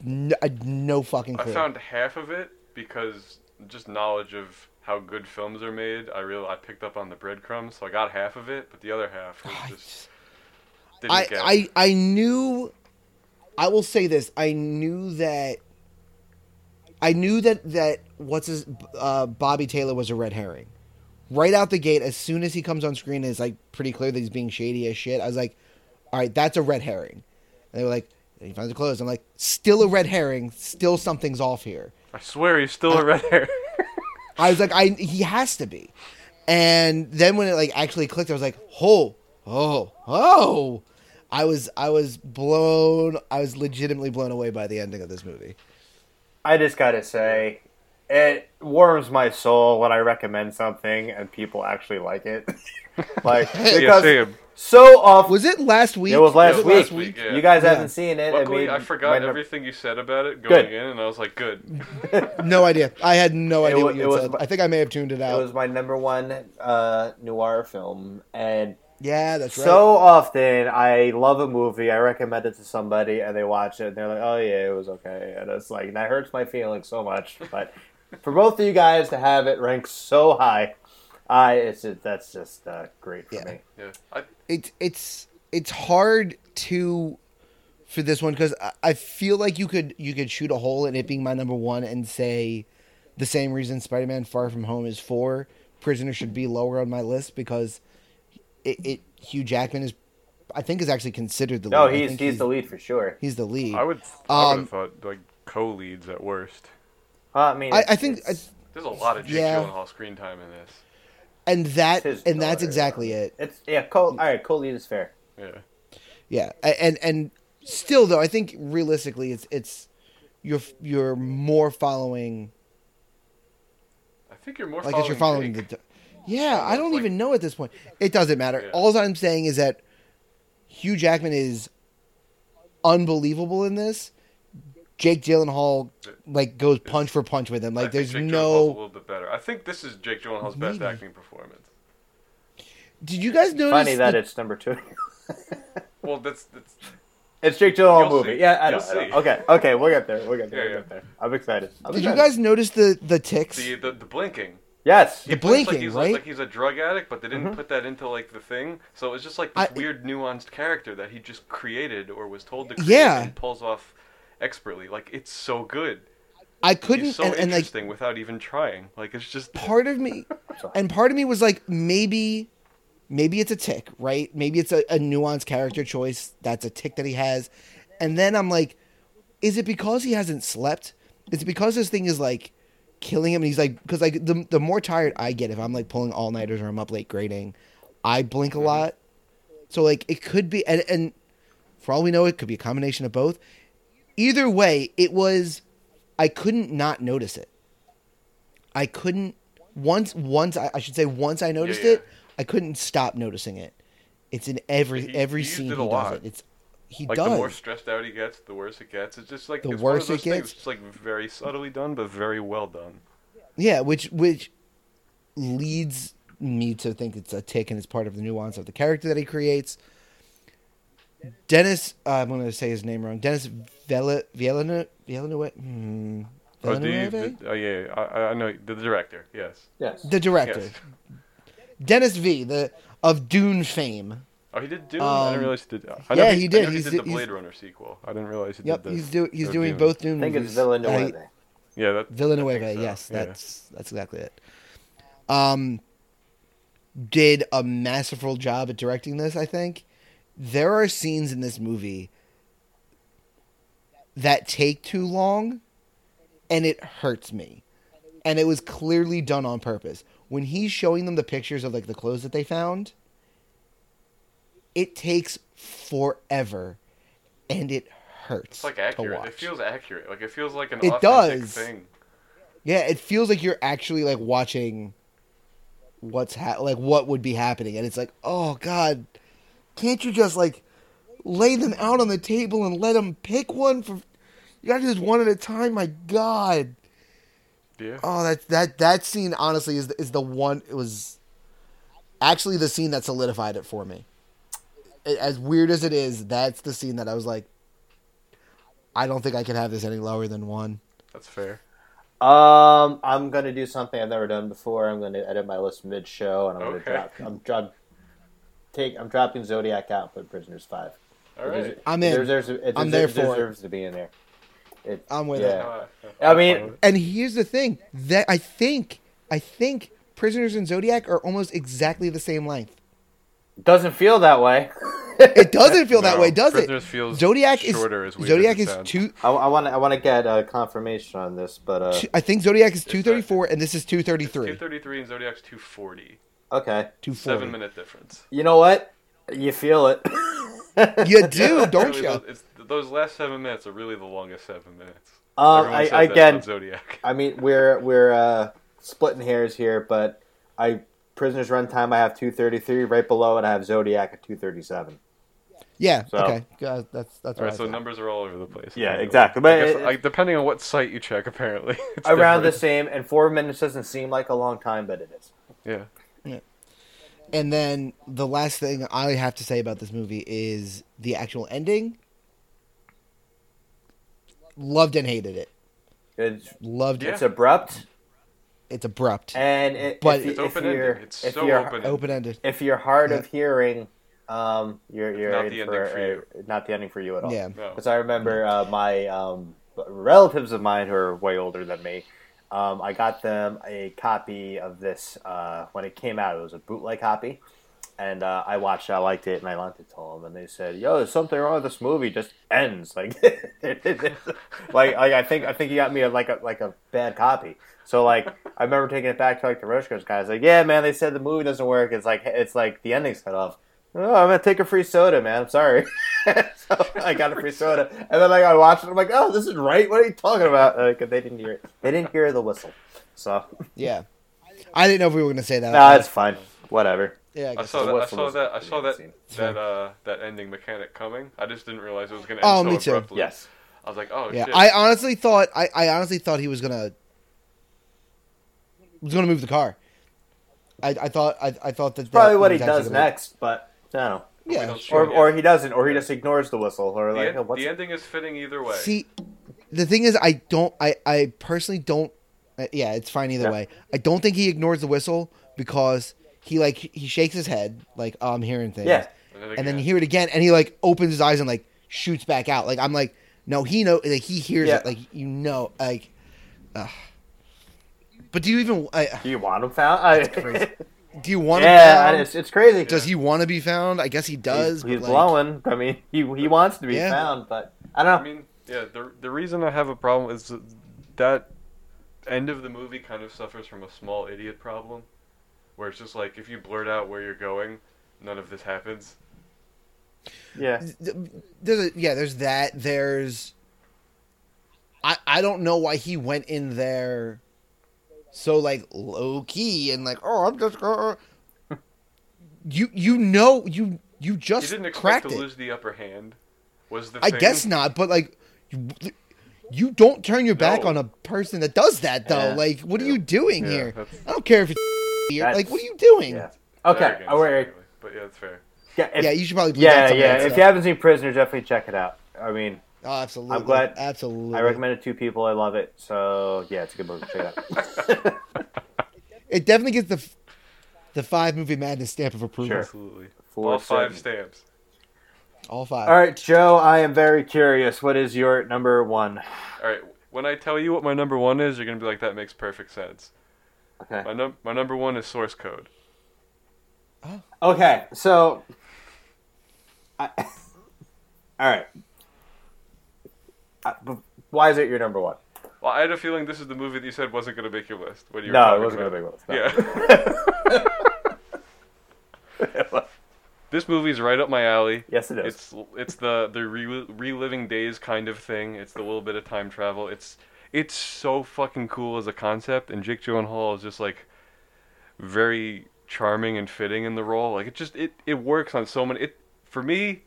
No, no fucking I clue. found half of it because just knowledge of how good films are made. I real I picked up on the breadcrumbs, so I got half of it, but the other half was just didn't I, get. I I knew I will say this, I knew that I knew that that what's his uh, Bobby Taylor was a red herring. Right out the gate, as soon as he comes on screen, it's like pretty clear that he's being shady as shit. I was like, all right, that's a red herring. And they were like, he finds the clothes. I'm like, still a red herring. Still something's off here. I swear he's still a red hair. I was like, I he has to be. And then when it like actually clicked, I was like, oh, oh, oh. I was I was blown. I was legitimately blown away by the ending of this movie. I just gotta say, it warms my soul when I recommend something and people actually like it. like yeah, because same. so often Was it last week? it was last it week. last week, yeah. You guys Yeah. haven't seen it. Luckily, it made I forgot my num- everything you said about it going Good. in, and I was like, good. No idea. I had no idea wa- what you it had was said. my- I think I may have tuned it It out. was my number one uh, noir film, and yeah, that's right. so often I love a movie, I recommend it to somebody, and they watch it, and they're like, "Oh yeah, it was okay," and it's like that hurts my feelings so much. But for both of you guys to have it ranked so high, I it's it, that's just uh, great for Yeah. me. Yeah. I, it's it's it's hard to for this one because I, I feel like you could you could shoot a hole in it being my number one and say the same reason Spider-Man: Far From Home is four, Prisoner should be lower on my list because it, it Hugh Jackman is I think is actually considered the No, lead. I he's think he's the lead for sure. he's the lead. I would. I would Um, have thought like co-leads at worst. Uh, I mean, I, it's- I think it's- There's a lot of Jake Yeah. Gyllenhaal screen time in this. and that his and that's daughter. exactly it. Mm. It's yeah, Cole. All right, Cole lead is fair. Yeah. Yeah, a- and and still though, I think realistically, it's it's you're you're more following I think you're more like following it's you're following Jake. the. Yeah, I don't Like- even know at this point. It doesn't matter. Yeah. All I'm saying is that Hugh Jackman is unbelievable in this. Jake Gyllenhaal like goes punch for punch with him. I Like think there's Jake Gyllenhaal's a no. little bit better. I think this is Jake Gyllenhaal's best Maybe. acting performance. Did you guys notice? Funny that the- it's number two. Well, that's that's It's Jake Gyllenhaal You'll movie. see. Yeah, I know. You'll I know. see. Okay, okay, we'll get there. We'll get there. Yeah, we'll yeah. get there. I'm excited. I'm did you excited. guys notice the the ticks? the the, the blinking. Yes. The He looks blinking, like he's, right? Like he's a drug addict, but they didn't put that into like the thing. So it's just like this I- weird, nuanced character that he just created or was told to create Yeah. and pulls off expertly. Like it's so good. I couldn't. He's so and, and like interesting without even trying. Like it's just part of me and part of me was like maybe maybe it's a tick right maybe it's a, a nuanced character choice that's a tick that he has and then i'm like is it because he hasn't slept is it because this thing is like killing him and he's like because like the, the more tired i get if i'm like pulling all-nighters or i'm up late grading i blink a lot so like it could be and, and for all we know it could be a combination of both either way it was i couldn't not notice it I couldn't once once I, I should say once I noticed yeah. it, I couldn't stop noticing it. It's in every He- every he used scene it a he does lot. it. It's he like does. the more stressed out he gets, the worse it gets. It's just like The it's one of worse it those things gets. that's, like very subtly done, but very well done. Oh, Yeah, which which leads me to think it's a tick and it's part of the nuance of the character that he creates. Dennis, uh, I'm going to say his name wrong. Dennis Vela Villeneuve. Villeneuve. Hmm, Oh, do you- Villeneuve? oh, yeah, yeah, I, I know the director. Yes. Yes. The director, Yes. Dennis V, the of Dune fame. Oh, he did Dune. Um, I didn't realize he did. I know yeah, he I did. know he He's did d- the he's- Blade Runner sequel. I didn't realize he did. Yep, the, he's do, he's the doing Dune. both Dune I think it's movies. Villanueva. I- Yeah, that I Villanueva, think so, yes, yeah. that's that's exactly it. Um, did a masterful job at directing this. I think there are scenes in this movie that take too long, and it hurts me. And it was clearly done on purpose. When he's showing them the pictures of like the clothes that they found, it takes forever, and it hurts. It's like To accurate. watch. It feels accurate. Like it feels like an It authentic does. thing. Yeah, it feels like you're actually like watching what's ha- like what would be happening and it's like, "Oh god, can't you just like lay them out on the table and let them pick one for you got to do this one at a time, my god." Yeah. Oh, that that that scene honestly is is the one it was actually the scene that solidified it for me. A- As weird as it is, that's the scene that I was like I don't think I can have this any lower than 1. That's fair. Um, I'm gonna do something I've never done before. I'm gonna edit my list mid-show, and I'm Okay. gonna drop. I'm drop. Take. I'm dropping Zodiac out, but Prisoners Five. All right. I'm in. It deserves, it I'm deser- there for it. Um, deserves to be in there. It, I'm with it. yeah. Uh, I mean, And here's the thing that I think I think Prisoners and Zodiac are almost exactly the same length. it doesn't feel that way. It doesn't feel that No, way, does Prisoners it? feels Zodiac is shorter, as weird Zodiac as it is sounds. two. I want to. I want to get uh, confirmation on this, but uh, two- I think Zodiac is 234 and this is 233. 233 and Zodiac's 240. okay. 240. Seven minute difference. You know what? You feel it. You do, don't Really, you? those, it's, those last seven minutes are really the longest seven minutes. Um, Everyone I, says that again, about Zodiac. I mean, we're we're uh, splitting hairs here, but I prisoners run time. I have two thirty three right below, and I have Zodiac at two thirty seven. Yeah. So- Okay. Yeah, That's that's All right. right, so numbers are all over the place. Yeah, apparently. exactly, I but guess, it- like, depending on what site you check, apparently it's Around the different. same, and four minutes doesn't seem like a long time, but it is. Yeah, And then the last thing I have to say about this movie is the actual ending. Loved and hated it. It's Loved Yeah. it. it's abrupt, It's abrupt. and it, But- if, you- it's if open you're ended. It's if so you're open. Open ended. if you're hard Yeah. of hearing, um, you're you're not in the for, ending for a- not the ending for you at all. Yeah. No. Because I remember uh, my um, relatives of mine who are way older than me. Um, I got them a copy of this uh, when it came out. It was a bootleg copy, and uh, I watched. it, I liked it, and I lent it to them. And they said, "Yo, there's something wrong with this movie. It Just ends like, like, like I think I think you got me a, like a like a bad copy." So like I remember taking it back to like the Roshko's guys. Like, yeah, man, they said the movie doesn't work. It's like it's like the ending's cut off. Oh, I'm gonna take a free soda, man. I'm sorry. so I got a free soda, and then like I watched it. I'm like, oh, this is right. What are you talking about? Like, they didn't hear it. They didn't hear the whistle. So Yeah. I didn't know if we were going to say that. nah, it's fine. Whatever. yeah. I I guess the saw that. I whistle saw was that. I saw that. pretty That uh, that ending mechanic coming. I just didn't realize it was going to Oh, end me so too. abruptly. Yes. I was like, oh yeah. shit. I honestly thought I, I honestly thought he was going to was going to move the car. I, I thought I, I thought that that Probably what he was actually does gonna- next, but I don't know. We Yeah. don't see Or, it yet. or he doesn't, or he just ignores the whistle, or the, like end- oh, what's the ending is fitting either way. See, the thing is, I don't. I I personally don't. uh, Yeah, it's fine either Yeah. way. I don't think he ignores the whistle because he like he shakes his head like oh, I'm hearing things. Yeah. and then, and then again. you hear it again, and he like opens his eyes and like shoots back out. Like I'm like, no, he know like, he hears Yeah. it. Like you know, like. ugh. But do you even I, Do you want him found? I, crazy. do you want yeah, and to? Be it's, found? it's crazy. Does he want to be found? I guess he does. He's, but, he's like, blowing. I mean, he he wants to be Yeah. found, but I don't know. I mean, yeah. The the reason I have a problem is that end of the movie kind of suffers from a small idiot problem, where it's just like if you blurt out where you're going, none of this happens. yeah. there's a, yeah, there's that. There's I I don't know why he went in there so like low key and like oh I'm just gonna you you know you you He just didn't expect cracked to it. lose the upper hand. Was the I thing. guess not, but like you, you don't turn your back No. on a person that does that though. Yeah. Like what are you doing Yeah, here? that's- I don't care if it's here. That's- like what are you doing? Yeah. Yeah, Okay. oh, Arrogance, All right. apparently. But yeah, it's fair. Yeah. If, you should probably bleep out yeah. some of yeah. that If stuff. you haven't seen Prisoner, definitely check it out. I mean, oh, absolutely, glad- absolutely. I recommend it to people. I love it. So yeah, it's a good movie. Check it out. It definitely gets the f- the five movie madness stamp of approval. Sure. Absolutely. For All five certain. stamps. All five. All right, Joe. I am very curious. What is your number one? All right. When I tell you what my number one is, you're gonna be like, "That makes perfect sense." Okay. My num- my number one is source code. Okay. So. I, all right. I, b- why is it your number one? Well, I had a feeling this is the movie that you said wasn't gonna make your list. When you were No, it talking wasn't about gonna make my list, no. Yeah. This movie's right up my alley. yes, it is. It's it's the the re- reliving days kind of thing. It's the little bit of time travel. It's it's so fucking cool as a concept, and Jake Gyllenhaal is just like very charming and fitting in the role. Like it just it it works on so many. It for me,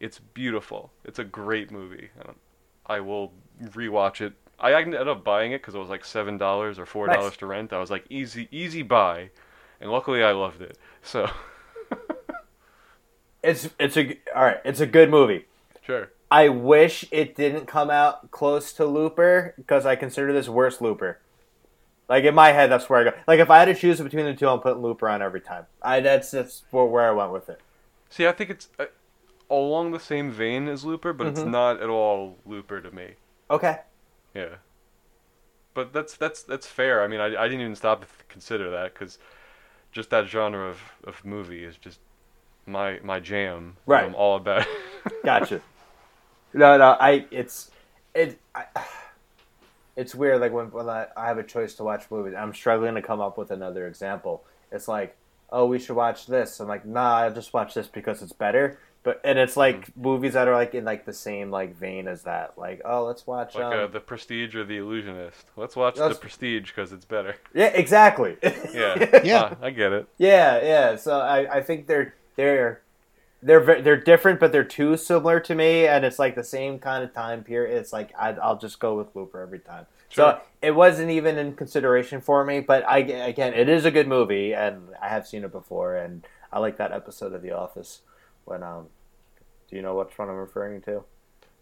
it's beautiful. It's a great movie. I, don't, I will rewatch it. I ended up buying it because it was like seven dollars or four dollars Nice. to rent. I was like easy easy buy, and luckily I loved it. So It's it's a all right. It's a good movie. sure. I wish it didn't come out close to Looper because I consider this worse Looper. Like in my head, that's where I go. Like if I had to choose between the two, I'm putting Looper on every time. I that's that's where, where I went with it. See, I think it's uh, Mm-hmm. along the same vein as Looper, but it's not at all Looper to me. Okay, Yeah. But that's that's that's fair. I mean, I, I didn't even stop to th- consider that because just that genre of, of movie is just my my jam. that Right. I'm all about. Gotcha. no, no, I it's it I, it's weird. Like when when I, I have a choice to watch movies, I'm struggling to come up with another example. It's like, oh, we should watch this. I'm like, nah, I'll just watch this because it's better. But and it's like Hmm. movies that are like in like the same like vein as that. Like, oh, let's watch. like um, uh, The Prestige or The Illusionist. Let's watch That's- The Prestige because it's better. yeah, exactly. Yeah. Yeah. Uh, I get it. Yeah, yeah. So I, I think they're they're they're ve- they're different, but they're too similar to me, and it's like the same kind of time period. It's like I, I'll just go with Looper every time. Sure. So it wasn't even in consideration for me, but I again, it is a good movie, and I have seen it before, and I like that episode of The Office when um. Do you know which one I'm referring to?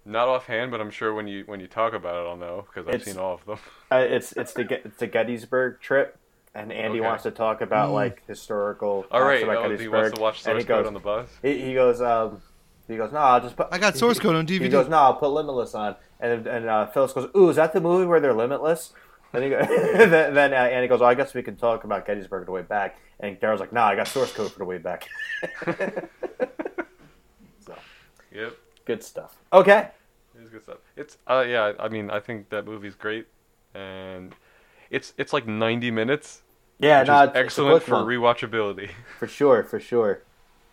Not offhand, but I'm sure when you when you talk about it, I'll know because I've It's- seen all of them. Uh, it's it's the Ge- it's the Gettysburg trip, and Andy Okay. wants to talk about like historical. All right. facts about Oh, do you want Gettysburg, to watch and Source he goes, Code on the bus? He, he goes, um, he goes, no, I'll just put. I got source code on DVD. He goes, no, I'll put Limitless on. And and uh, Phyllis goes, ooh, is that the movie where they're limitless? And he go, then, then uh, Annie goes, well, I guess we can talk about Gettysburg on the way back. And Daryl's like, nah, I got source code for the way back. Yep. Good stuff. Okay. It's good stuff. It's uh yeah, I mean I think that movie's great and it's it's like 90 minutes, Yeah, which no, is it's, excellent it's a for quick one. rewatchability. for sure, for sure.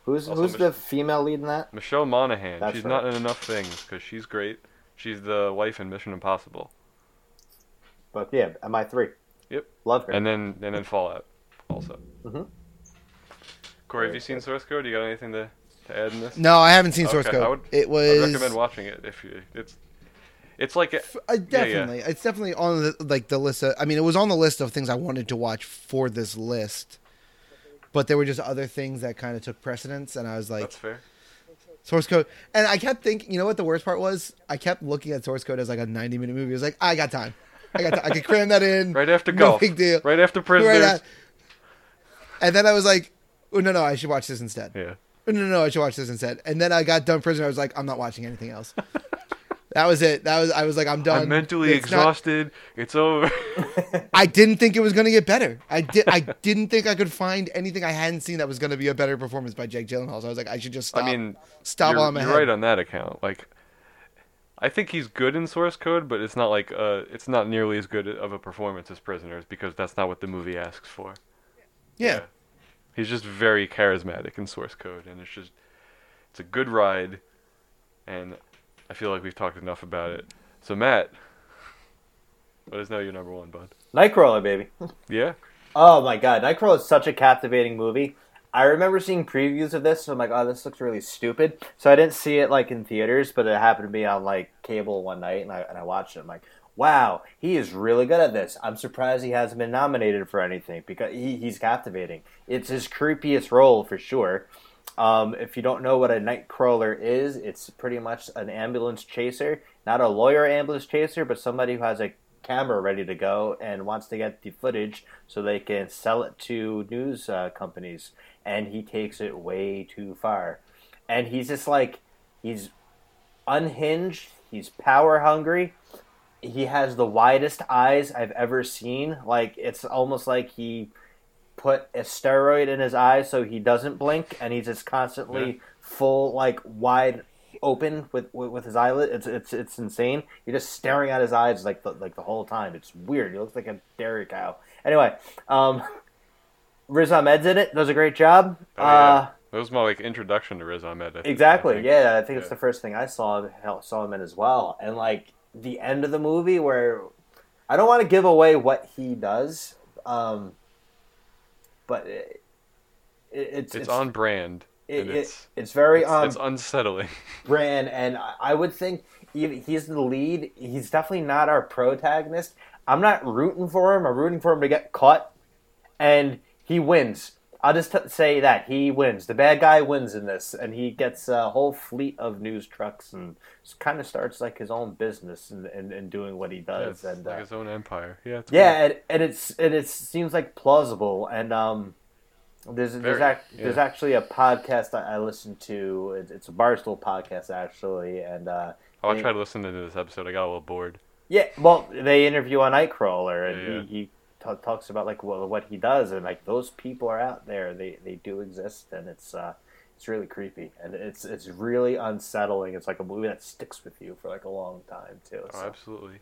Who's Also, who's Mich- the female lead in that? Michelle Monaghan, That's she's right. not in enough things cuz she's great. She's the wife in Mission Impossible. But yeah, am I three? Yep. Love her. And then and then Fallout also. Mhm. Corey, Very have you seen Source Code? You got anything to, to add in this? no, I haven't seen source Okay, I code. would- it I was recommend watching it if you it's it's like I definitely. It's definitely on the like the list. Of, I mean, it was on the list of things I wanted to watch for this list, but there were just other things that kind of took precedence, and I was like, that's fair. source code. And I kept thinking, you know what the worst part was? I kept looking at source code as like a ninety minute movie. I was like, I got time. I got. Time. I could cram that in Right after no golf. Big deal. Right after Right prisoners. at- and then I was like, oh, no, no, I should watch this instead. "Oh, yeah. No, no, no, I should watch this instead. And then I got done prisoner. I was like, I'm not watching anything else. that was it. That was. I was like, I'm done. I'm mentally It's not- exhausted. It's over. I didn't think it was going to get better. I did. I didn't think I could find anything I hadn't seen that was going to be a better performance by Jake Gyllenhaal. So I was like, I should just. Stop, I mean, stop you're, while I'm you're ahead. right on that account. Like, I think he's good in Source Code, but it's not like uh, it's not nearly as good of a performance as Prisoners because that's not what the movie asks for. yeah. He's just very charismatic in Source Code, and it's just it's a good ride, and I feel like we've talked enough about it. So Matt, let us know your number one, bud. Nightcrawler, baby. Yeah, Oh my god, Nightcrawler is such a captivating movie. I remember seeing previews of this, and I'm like, oh, this looks really stupid. So I didn't see it like in theaters, but it happened to be on like cable one night, and I and I watched it. I'm like, wow, he is really good at this. I'm surprised he hasn't been nominated for anything because he, he's captivating. It's his creepiest role for sure. Um, if you don't know what a nightcrawler is, it's pretty much an ambulance chaser, not a lawyer ambulance chaser, but somebody who has a camera ready to go and wants to get the footage so they can sell it to news uh, companies. And he takes it way too far. And he's just like, he's unhinged, he's power hungry, he has the widest eyes I've ever seen. Like, it's almost like he put a steroid in his eye so he doesn't blink and he's just constantly Yeah. full like wide open with, with with his eyelid it's it's it's insane you're just staring at his eyes like the like the whole time it's weird he looks like a dairy cow anyway um riz ahmed's in it does a great job Oh, uh yeah. that was my like introduction to Riz Ahmed. I think- I Exactly. think. yeah, I think it's Yeah. the first thing I saw him- saw him in as well. And like the end of the movie, where I don't want to give away what he does, um, but it, it, it's, It's, on brand. It, and it- um, it's, it's, very it's, on it's unsettling. brand, and I- I would think even- he's the lead. He's definitely not our protagonist. I'm not rooting for him. I'm rooting for him to get caught, and he wins. I'll just t- say that he wins. The bad guy wins in this, and he gets a whole fleet of news trucks and kind of starts like his own business and in, in, in doing what he Yeah, does. it's and like uh, his own empire. Yeah. It's yeah, and, and it's and it seems like plausible. And um, there's there's, Very, ac- yeah. there's actually a podcast that I listen to. It's, it's a Barstool podcast actually, and uh, cool. Oh, I they- tried listening to this episode. I got a little bored. Yeah, well, they interview on Nightcrawler, and Yeah, yeah. he, he ta talks about like well, what he does, and like those people are out there. They they do exist, and it's uh, it's really creepy, and it's it's really unsettling. It's like a movie that sticks with you for like a long time too. Oh, so. absolutely.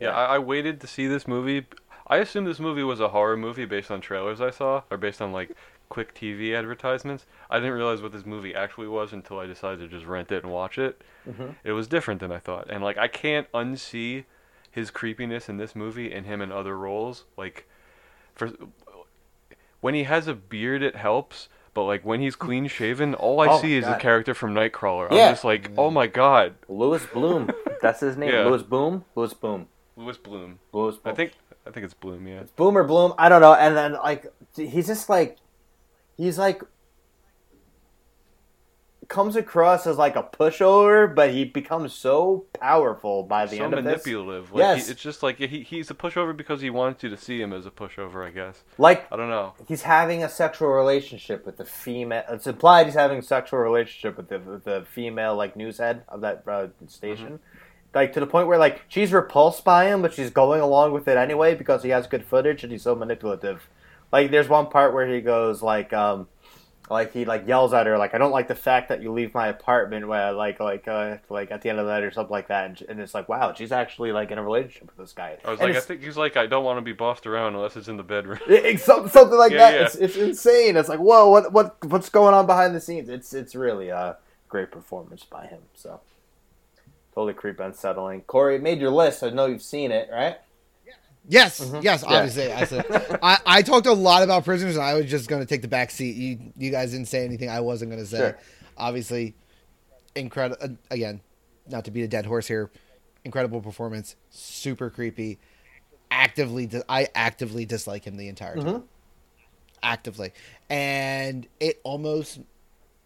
Yeah, Yeah. I, I waited to see this movie. I assumed this movie was a horror movie based on trailers I saw, or based on like quick TV advertisements. I didn't realize what this movie actually was until I decided to just rent it and watch it. Mhm. It was different than I thought, and like I can't unsee his creepiness in this movie and him in other roles. Like, for when he has a beard, it helps. But like when he's clean shaven, all I Oh, see is the God. character from Nightcrawler. Yeah. I'm just like, oh my god, Louis Bloom, that's his name. Yeah. Louis Boom, Louis Boom, Louis Bloom. Louis. Boom. I think I think it's Bloom. Yeah. Boomer Bloom. I don't know. And then like he's just like he's like comes across as like a pushover, but he becomes so powerful by the so end of this. manipulative. Like, Yes. he, it's just like he, he's a pushover because he wants you to see him as a pushover. I guess. Like I don't know. he's having a sexual relationship with the female. It's implied he's having a sexual relationship with the, with the female like news head of that uh, station. Mm-hmm. Like to the point where like she's repulsed by him, but she's going along with it anyway because he has good footage and he's so manipulative. Like there's one part where he goes like um like he like yells at her like I don't like the fact that you leave my apartment where like like uh, like at the end of the night or something like that and, and it's like wow she's actually like in a relationship with this guy. I was And like, I it's- think he's like, I don't want to be bossed around unless it's in the bedroom. it, it's some- something like Yeah, that. yeah. It's, it's insane. It's like, whoa, what, what, what's going on behind the scenes? It's, it's really a great performance by him. So totally creep unsettling. Corey it made your list. I know you've seen it, right? Yes, yes, Mm-hmm. Yeah. obviously. I said I, I talked a lot about prisoners, and I was just going to take the back seat. You you guys didn't say anything I wasn't going to say. Sure. Obviously, incredible. Again, not to beat a dead horse here. Incredible performance, super creepy. Actively, di- I actively dislike him the entire time. Mm-hmm. Actively, and it almost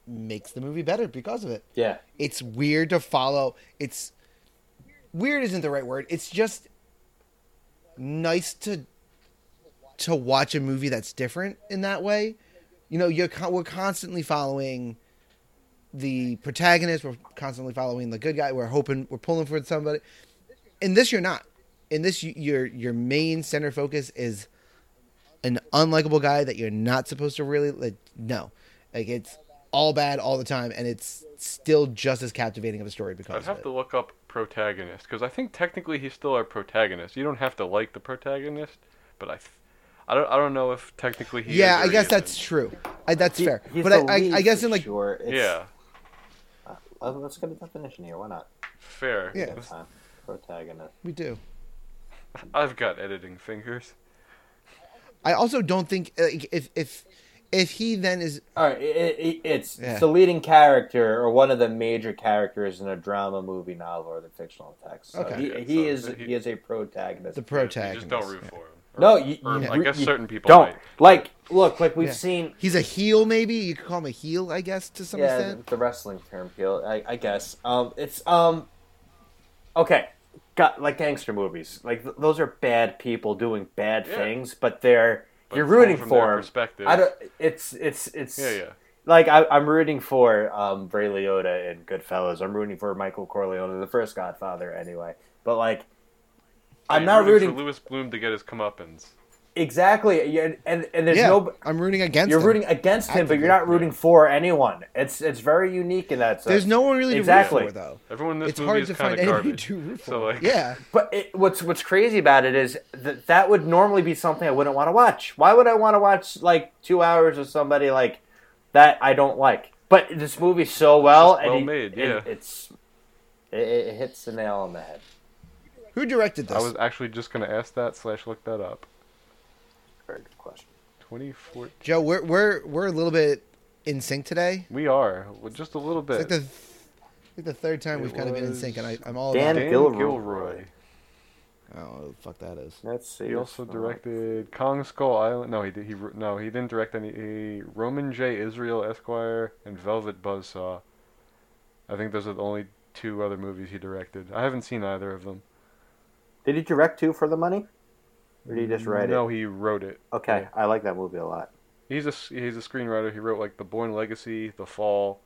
makes the movie better because of it Yeah. it's weird to follow it's weird isn't the right word it's just nice to to watch a movie that's different in that way you know you're con- we're constantly following the protagonist we're constantly following the good guy we're hoping we're pulling for somebody in this you're not in this you, your your main center focus is an unlikable guy that you're not supposed to really like no like it's all bad all the time and it's still just as captivating of a story I'd because of have it. to look up protagonist because I think technically he's still our protagonist. You don't have to like the protagonist, but I, th- I don't, I don't know if technically he. yeah is or i he guess isn't. that's true I, that's He- fair he's but I, the I, lead I guess for in like sure. It's- Yeah, uh, let's get a definition here. Why not? fair. Yeah. That's fine. Protagonist. we do I've got editing fingers. i also don't think like, if if if he then is All right, it, it, it's Yeah. it's the leading character or one of the major characters in a drama, movie, novel, or the fictional text. So Okay. he, Okay, he so is he- he, is a protagonist. the You just protagonist don't root for him. Or- no, you, or you I re- guess you certain people don't might. like look like we've Yeah. seen he's a heel maybe you could call him a heel i guess to some yeah, extent the wrestling term, Peel. I, I guess. Um, it's um, okay. Got like gangster movies. Like th- those are bad people doing bad Yeah. things, but they're But you're from- rooting from their for 'em. perspective. I don't. It's it's it's. Yeah, yeah. Like I, I'm rooting for um, Ray Liotta in Goodfellas. I'm rooting for Michael Corleone in the first Godfather. Anyway, but like, I'm You're not rooting, for Lewis Bloom to get his comeuppance. exactly. yeah, And and, and there's yeah no. i'm rooting against You're him. rooting against him, but you're not rooting for anyone. It's it's very unique in that sense. there's no one really Exactly. to root for though Everyone in this it's movie hard is to kind find of anybody garbage. to root for so like, yeah But it, what's what's crazy about it is that that would normally be something I wouldn't want to watch. Why would I want to watch like two hours of somebody like that I don't like? But this movie's so well, just and well he- made, and yeah. it's it, it hits the nail on the head. who directed this I was actually just gonna ask that slash look that up. Very good question. 2014. Joe, we're we're we're a little bit in sync today. We are well, just a little bit. It's like the th- like the third time It we've kind of been in was sync, and I, I'm all Dan- about. Dan Gilroy. Gilroy. I don't know what the fuck that is. Let's see. uh, He also directed Kong Skull Island. No, he did. He wr- no, he didn't direct any. He, Roman J. Israel Esquire and Velvet Buzzsaw. I think those are the only two other movies he directed. I haven't seen either of them. Did he direct two for the money? Or did he just write Mm, No, it? he wrote it. Okay, I like that movie a lot. He's a s- he's a screenwriter. He wrote like The Born Legacy, The Fall.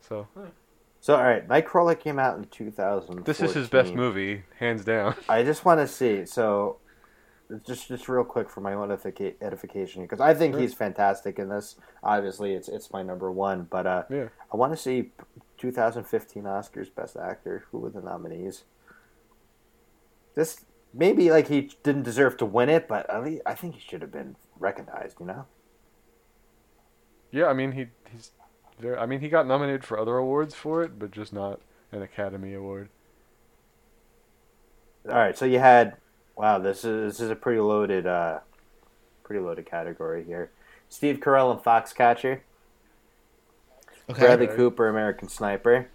So So all right, Nightcrawler came out in 2000. This is his best movie, hands down. I just want to see. So, just just real quick for my own edifica- edification, because I think Sure. he's fantastic in this. Obviously, it's it's my number one, but uh, Yeah. I want to see 2015 Oscars Best Actor. Who were the nominees? This maybe like he didn't deserve to win it, but at least, I think he should have been recognized. You know, Yeah, I mean he he's there. I mean he got nominated for other awards for it, but just not an Academy Award. All right, so you had wow, this is this is a pretty loaded, uh, pretty loaded category here. Steve Carell and Foxcatcher, Okay. Bradley Right. Cooper, American Sniper,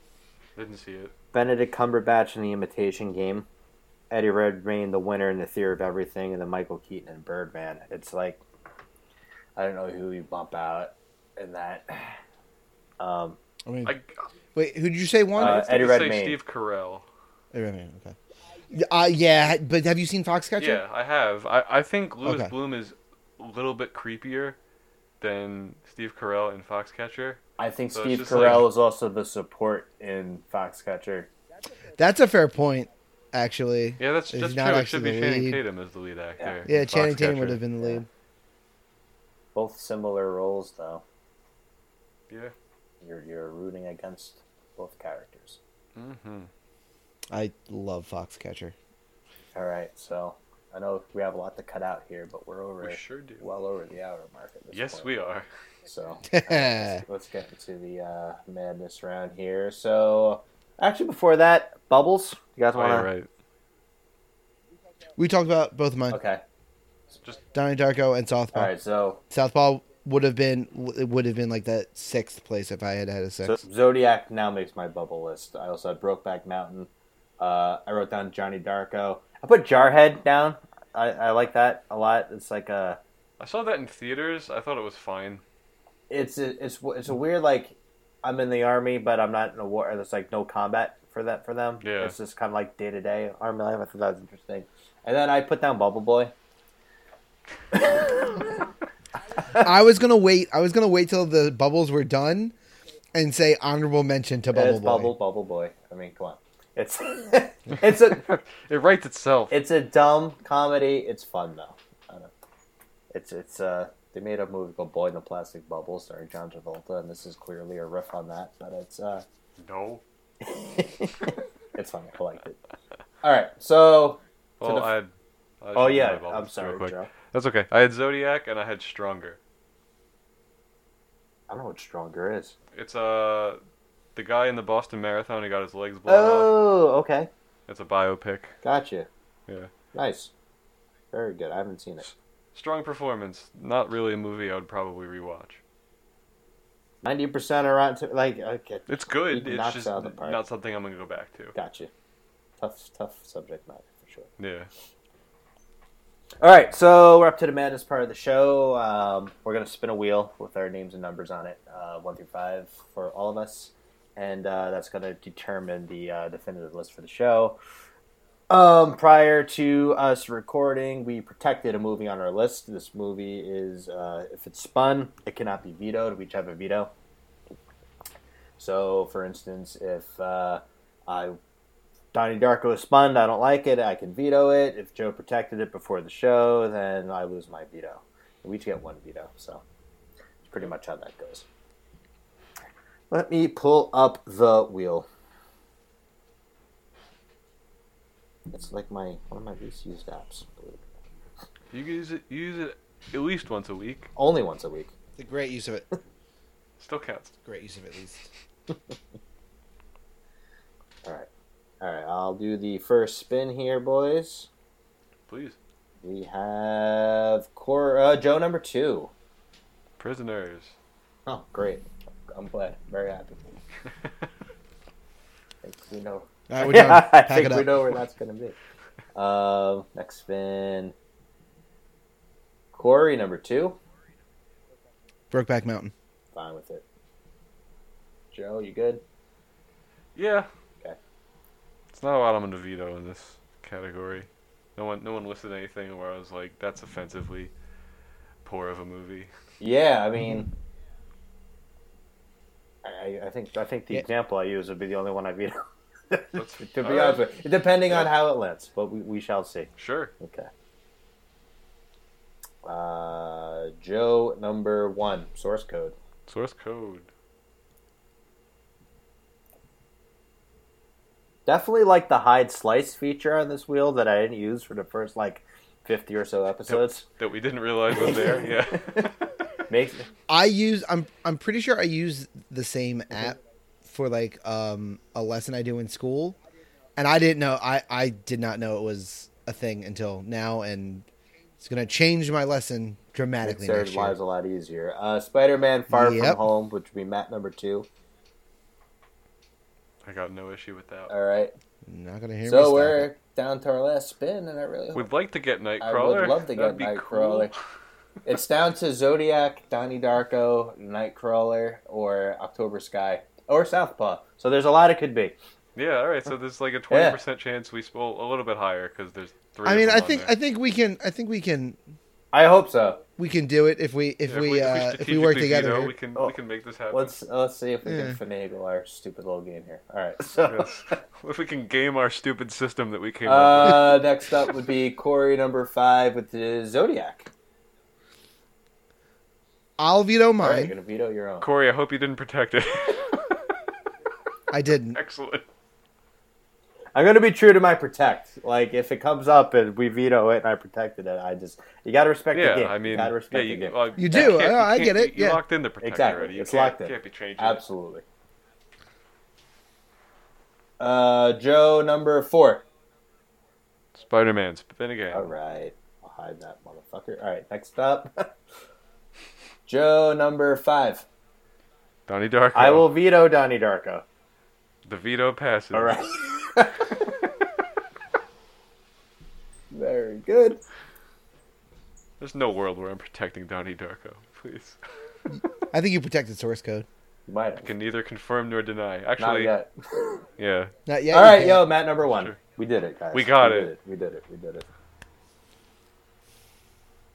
Didn't see it. Benedict Cumberbatch in The Imitation Game, Eddie Redmayne, The Winner in The Theory of Everything, and then Michael Keaton in Birdman. It's like I don't know who you bump out in that. Um, I mean, I, wait, who did you say won? Uh, Eddie I'd say Redmayne. Steve Carell. Eddie Redmayne, Okay. Yeah, Uh, yeah, but have you seen Foxcatcher? Yeah, I have. I, I think Louis Okay. Bloom is a little bit creepier than Steve Carell in Foxcatcher. I think So it's Steve just Carell like- is also the support in Foxcatcher. That's a fair point, actually. Yeah, that's He's that's not true. It actually should be the Channing lead. Tatum as the lead actor. Yeah, in Channing Tatum Foxcatcher. would have been the lead. Both similar roles, though. Yeah. You're you're rooting against both characters. Mm-hmm. I love Foxcatcher. All right, so I know we have a lot to cut out here, but we're over We sure do. well over the hour mark at this yes, point. we are. So yeah, let's get into the uh, madness round here. So actually, before that, bubbles. You guys Oh, want to? yeah, right. we talked about both of mine, Okay. Donnie Darko and Southpaw. All right. So, Southpaw would have been it would have been like that sixth place if I had had a so six. Zodiac now makes my bubble list. I also had Brokeback Mountain. Uh, I wrote down Johnny Darko. I put Jarhead down. I, I like that a lot. It's like a I saw that in theaters. I thought it was fine. it's a, it's it's a weird like I'm in the army, but I'm not in a war. There's like no combat for that for them. Yeah. it's just kind of like day to day army life. I thought that was interesting. And then I put down Bubble Boy. I was gonna wait. I was gonna wait till the bubbles were done, and say honorable mention to Bubble it's Boy. Bubble Bubble Boy. I mean, come on. It's it's a It writes itself. it's a dumb comedy. It's fun though. I don't know. It's it's uh they made a movie called Boy in the Plastic Bubble starring John Travolta, and this is clearly a riff on that. But it's uh no. it's funny. I liked it. All right, so Well, the- I had, I oh should yeah, have all I'm this real sorry, quick. Joe. That's okay. I had Zodiac and I had Stronger. I don't know what stronger is. It's uh the guy in the Boston Marathon who got his legs blown off. Oh, okay. It's a biopic. Gotcha. uh, Yeah. Nice. Very good. I haven't seen it. Strong performance. Not really a movie I would probably rewatch. Ninety percent are on. To, like, okay. It's It good. It's knocks just out of the park. not something I'm gonna go back to. Gotcha. Tough, tough subject matter for sure. Yeah. All right, so we're up to the madness part of the show. Um, we're gonna spin a wheel with our names and numbers on it, uh, one through five for all of us, and uh, that's gonna determine the uh, definitive list for the show. Um, prior to us recording, we protected a movie on our list. This movie is, uh, if it's spun, it cannot be vetoed. We each have a veto. So, for instance, if uh, I Donnie Darko is spun. I don't like it. I can veto it. If Joe protected it before the show, then I lose my veto. We each get one veto, so it's pretty much how that goes. Let me pull up the wheel. It's like my one of my least used apps. You can use it you use it at least once a week. Only once a week. It's a great use of it. Still counts. Great use of it, at least. All right, all right. I'll do the first spin here, boys. Please. We have core uh, Joe number two. Prisoners. Oh, great. I'm glad. Very happy. I think we know. All right, we're done. I Pack think it we up. know where that's going to be. Um, next spin. Corey, number two. Brokeback Mountain. Fine with it. Joe, you good? Yeah. Okay. It's not a lot I'm gonna veto in this category. No one no one listed anything where I was like, that's offensively poor of a movie. Yeah, I mean, I, I think I think the Yeah. example I use would be the only one I've eaten. That's- to all be right. honest with you, depending on Yeah. how it lands, but we, we shall see. Sure. Okay. Uh, Joe number one source code. Source code. Definitely like the hide slice feature on this wheel that I didn't use for the first like fifty or so episodes. That we didn't realize was there. Yeah. Makes I use I'm I'm pretty sure I use the same app for like um a lesson I do in school. And I didn't know I I did not know it was a thing until now and it's going to change my lesson makes dramatically their next year. lives a lot easier. Uh, Spider-Man Far From Yep. Home, which would be Matt number two. I got no issue with that. All right, Not going to hear me. so stop we're it. down to our last spin, and I really hope We'd like to get Nightcrawler. I would love to get That'd be Nightcrawler. cool. it's down to Zodiac, Donnie Darko, Nightcrawler, or October Sky, or Southpaw. So there's a lot it could be. Yeah. All right. So there's like a twenty percent chance we spoil a little bit higher because there's three. I of mean, them I on think there. I think we can I think we can I hope so. we can do it if we if, If we, uh, if we work strategically together. veto, here. we can Oh. we can make this happen. Let's let's see if we Yeah. can finagle our stupid little game here. All right. So if we can game our stupid system that we came up uh, next up would be Corey number five with the Zodiac. I'll veto All right, you're mine. gonna veto your own. with. Corey, I hope you didn't protect it. I didn't. Excellent. I'm gonna be true to my protect. Like if it comes up and we veto it and I protected it, I just you gotta respect Yeah, the game. I mean, you gotta respect yeah, you, the game. well, You do, can't- I- I can't- get it, You, you yeah. locked in the protector Exactly, already. You it's can't, locked in. Can't be changing. it. Absolutely. Uh, Joe number four. Spider-Man. Spin again. All right. I'll hide that motherfucker. All right. Next up, Joe number five. Donnie Darko. I will veto Donnie Darko. The veto passes. All right. Very good. There's no world where I'm protecting Donnie Darko. Please. I think you protected source code. You might I have. can neither confirm nor deny. Not Actually, yet. yeah. Not yet. All you right, can't. yo, Matt number one. Sure. We did it, guys. We got Did it. it. We did it. We did it.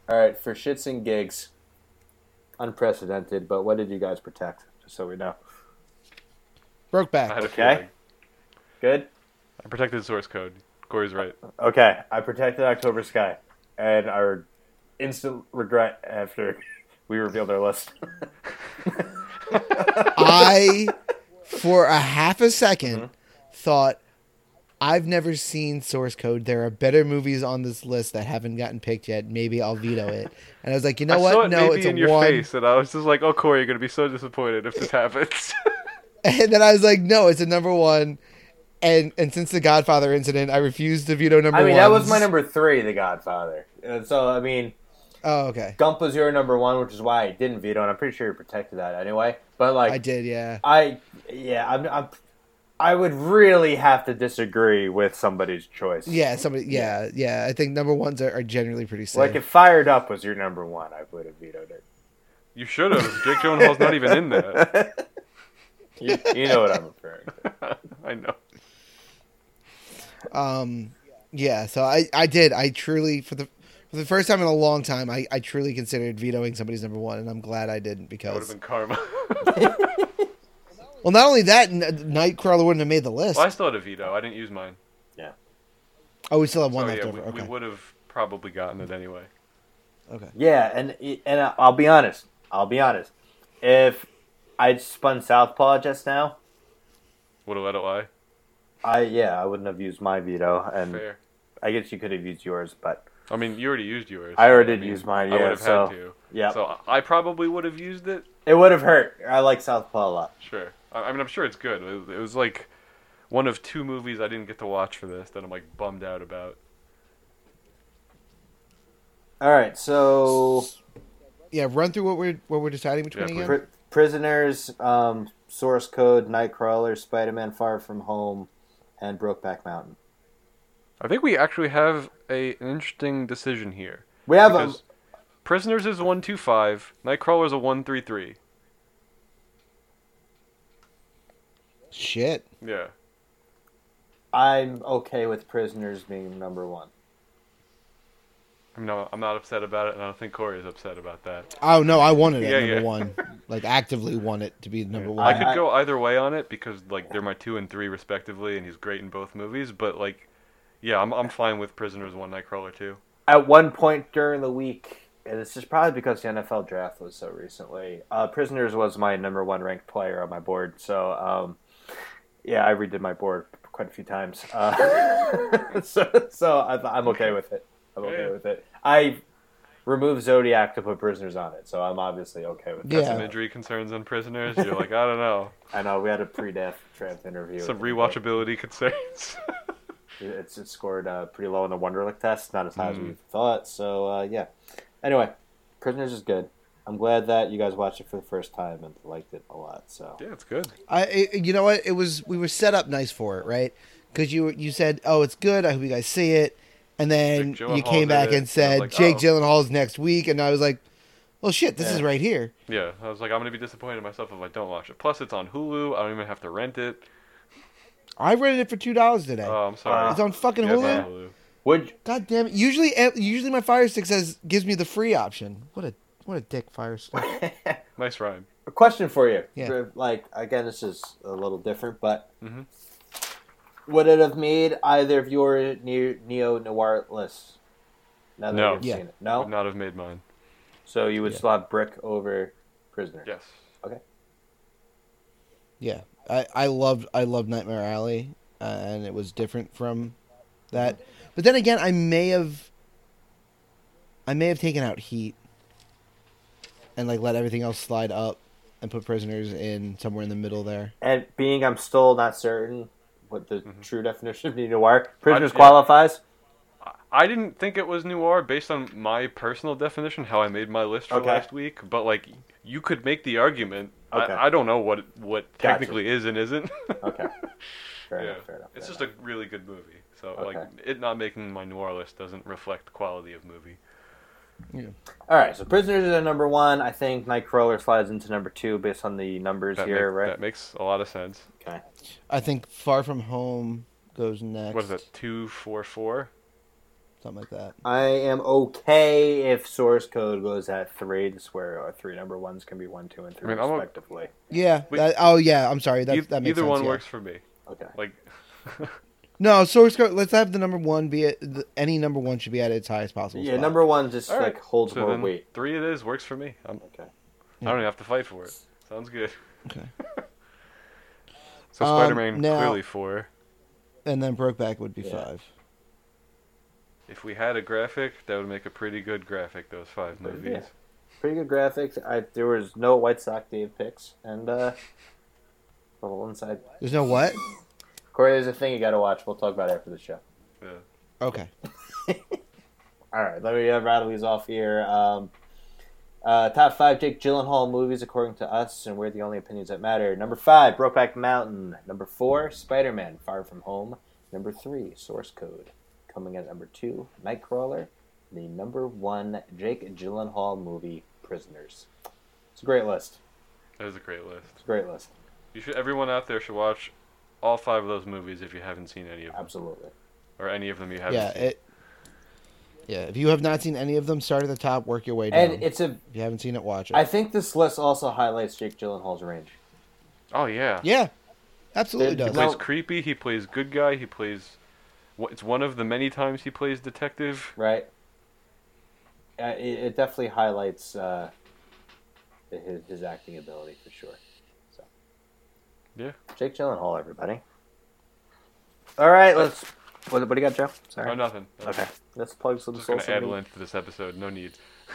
All right, for shits and gigs, unprecedented. But what did you guys protect? Just so we know. Broke I had back. a Okay. feeling. Good. I protected source code. Corey's right. Okay, I protected October Sky, and our instant regret after we revealed our list. I for a half a 2nd Mm-hmm. thought I've never seen source code. There are better movies on this list that haven't gotten picked yet. Maybe I'll veto it. And I was like, you know I what? saw it no, maybe it's a in your one. face, and I was just like, "Oh, Corey, you're gonna be so disappointed if this happens." And then I was like, no, it's a number one. And and since the Godfather incident, I refused to veto number I one. mean, that was my number three, The Godfather. And so, I mean, Oh, okay. Gump was your number one, which is why I didn't veto, and I'm pretty sure you protected that anyway. But like, I did, yeah. I yeah, I'm, I'm I would really have to disagree with somebody's choice. Yeah, somebody. Yeah, yeah. I think number ones are, are generally pretty safe. Like if Fired Up was your number one, I would have vetoed it. you should have. Jake Gyllenhaal's not even in that. You, you know what I'm referring to. I know. Um, yeah. So I, I did. I truly for the for the first time in a long time, I, I truly considered vetoing somebody's number one, and I'm glad I didn't That would have because been karma. well, not only that, N- Nightcrawler wouldn't have made the list. well, I still had a veto. I didn't use mine. Oh, we still have one so left yeah, we, over. okay. we would have probably gotten it anyway. okay. Yeah, and and I'll be honest. I'll be honest. If I'd spun Southpaw just now, Would have let it lie. I yeah, I wouldn't have used my veto, and Fair. I guess you could have used yours, but I mean, you already used yours. I already I did mean, use mine. I Yeah, would have so had to. yeah, So I probably would have used it. it would have hurt. I like Southpaw a lot. Sure. I, I mean, I'm sure it's good. It, it was like one of two movies I didn't get to watch for this that I'm like bummed out about. All right, so Yeah. Run through what we're what we're deciding between Yeah, again. Pri- prisoners, um, source code, Nightcrawler, Spider-Man: Far From Home, and Brokeback Mountain. I think we actually have a an interesting decision here. We have a, Because Prisoners is one two five, Nightcrawler's a one three three. Shit. Yeah. I'm okay with prisoners being number one. I'm not, I'm not upset about it, and I don't think Corey is upset about that. Oh no, I wanted it Yeah, number yeah. one. Like actively want it to be the number I one. could I- go either way on it because like they're my two and three respectively, and he's great in both movies. But like, yeah, I'm I'm fine with Prisoners, One Nightcrawler too. At one point during the week, and this is probably because the NFL draft was so recently. Uh, Prisoners was my number one ranked player on my board, so um, yeah, I redid my board quite a few times. Uh, so so I'm, I'm okay with it. I'm okay Yeah. with it. I removed Zodiac to put Prisoners on it, so I'm obviously okay with Yeah. it. Some injury concerns on Prisoners. You're like, I don't know. I know we had a pre-death draft interview. Some with him, rewatchability concerns. but It's it scored uh, pretty low on the Wonderlick test, not as high Hmm. as we thought. So uh, yeah. Anyway, Prisoners is good. I'm glad that you guys watched it for the first time and liked it a lot. So yeah, it's good. I, it- you know what? It was we were set up nice for it, right? Because you you said, "Oh, it's good. I hope you guys see it," and then Jake you Gyllenhaal came back did it, and and I said, was like, "Jake oh. Gyllenhaal's next week," and I was like, "Well, shit, this Yeah. is right here." Yeah, I was like, I'm gonna be disappointed in myself if I don't watch it. Plus, it's on Hulu. I don't even have to rent it. I rented it for two dollars today. Oh, I'm sorry. Uh, it's on fucking Yeah, Hulu. it's on Hulu. would God damn it! Usually, usually my Fire Stick says gives me the free option. What a what a dick Fire Stick. Nice rhyme. a question for you? Yeah. Like again, this is a little different, but Mhm. would it have made either of your neo noir lists? Now that No. you've Yeah. seen it, no. Would not have made mine. So you would Yeah. slot Brick over Prisoner. Yes. Yeah, I, I loved I loved Nightmare Alley, uh, and it was different from Mm-hmm. that. But then again, I may have I may have taken out Heat and like let everything else slide up and put Prisoners in somewhere in the middle there. and being I'm still not certain what the true definition of neo noir prisoners Mm-hmm. yeah. qualifies. I didn't think it was noir based on my personal definition, how I made my list for Okay. last week. But like, you could make the argument. Okay. I, I don't know what what Gotcha. technically is and isn't. Okay, fair yeah. enough. Fair enough. it's fair just enough. a really good movie. So like, Okay. it not making my noir list doesn't reflect quality of movie. all right. So prisoners is at number one. I think Nightcrawler slides into number two based on the numbers That, here, make- right? that makes a lot of sense. Okay. I think Far From Home goes next. What is it? Two four four. Something like that. I am okay if source code goes at three. That's where our three number ones can be one, two, and three I mean, I'm a- respectively. Yeah. Wait. that- oh yeah. I'm sorry. That, E- that makes either sense, one yeah. works for me. Okay. Like, No, source code. Let's have the number one be at the, any number one should be at its highest possible. Yeah, spot. number one just all right. like holds so more then weight. Three it is works for me. I'm, Okay. I don't even have to fight for it. Sounds good. Okay. so Um, Spider-Man now- clearly four. and then Brokeback would be Yeah. five. If we had a graphic, that would make a pretty good graphic. Those five Pretty movies. pretty good graphics. I there was no White Sox Dave picks, and uh, a little inside. There's no what? Corey, there's a thing you got to watch. We'll talk about it after the show. Yeah. Okay. All right, let me uh, rattle these off here. Um, uh, top five Jake Gyllenhaal movies according to us, and we're the only opinions that matter. Number five, Brokeback Mountain. Number four, Spider Man: Far From Home. Number three, Source Code. Coming in at number two, Nightcrawler. The number one Jake Gyllenhaal movie, Prisoners. It's a great list. That is a great list. It's a great list. You should. Everyone out there should watch all five of those movies if you haven't seen any of them, Absolutely. or any of them you haven't yeah. seen. It, yeah. If you have not seen any of them, start at the top, work your way down. And it's a. if you haven't seen it, watch it. I think this list also highlights Jake Gyllenhaal's range. oh yeah. yeah. Absolutely There- does. He plays No. creepy. He plays good guy. He plays. wh- It's one of the many times he plays detective. right? Uh, it, it definitely highlights uh, his, his acting ability for sure. So, Yeah. Jake Gyllenhaal, everybody. All right, let's. What, what do you got, Joe? Sorry. Oh, nothing. Okay, let's plug some I'm just gonna social. add media- length to this episode. No need.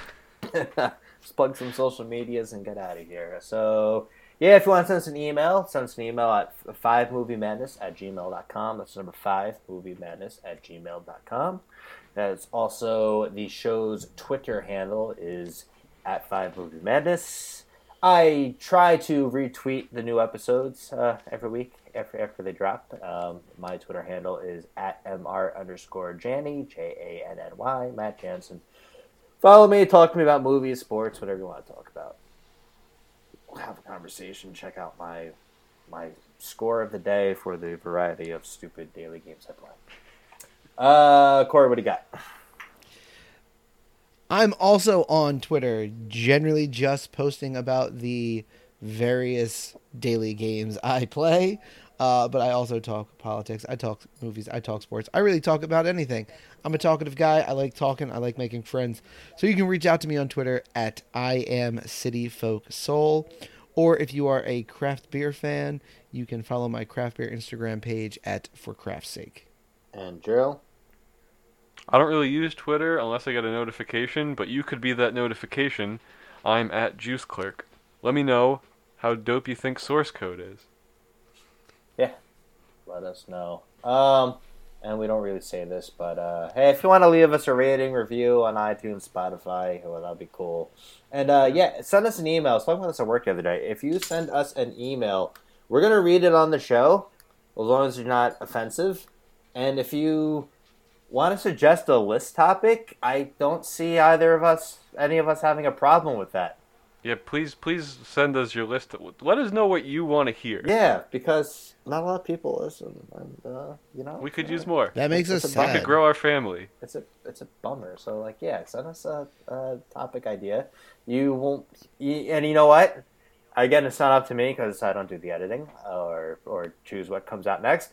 let's plug some social medias and get out of here. So, yeah, if you want to send us an email, send us an email at 5moviemadness at gmail.com. That's number 5, moviemadness at gmail.com. That's also the show's Twitter handle is at 5moviemadness. I try to retweet the new episodes uh, every week after, after they drop. Um, my Twitter handle is at mr underscore Janny, J A N N Y, Matt Jansen. Follow me, talk to me about movies, sports, whatever you want to talk about. We'll have a conversation. Check out my my score of the day for the variety of stupid daily games I play. Uh, Corey, what do you got? I'm also on Twitter, generally just posting about the various daily games I play. Uh, but I also talk politics. I talk movies. I talk sports. I really talk about anything. I'm a talkative guy. I like talking. I like making friends. So you can reach out to me on Twitter at I am City Folk Soul. Or if you are a craft beer fan, you can follow my craft beer Instagram page at For Craft's Sake. And Gerald? I don't really use Twitter unless I get a notification, but you could be that notification. I'm at Juice Clerk. Let me know how dope you think source code is. Yeah. Let us know. Um, and we don't really say this, but uh, hey, if you want to leave us a rating review on iTunes, Spotify, well, that'd be cool. And uh, yeah, send us an email. I was talking about this at work the other day. If you send us an email, we're gonna read it on the show, as long as you're not offensive. And if you want to suggest a list topic, I don't see either of us, any of us, having a problem with that. Yeah, please, please send us your list. Let us know what you want to hear. Yeah, because not a lot of people listen, and uh, you know, We could yeah. use more. That makes us It's about We to sad. could grow our family. it's a it's a bummer. So like, yeah, send us a, a topic idea. You won't, you, and you know what? Again, it's not up to me because I don't do the editing or or choose what comes out next.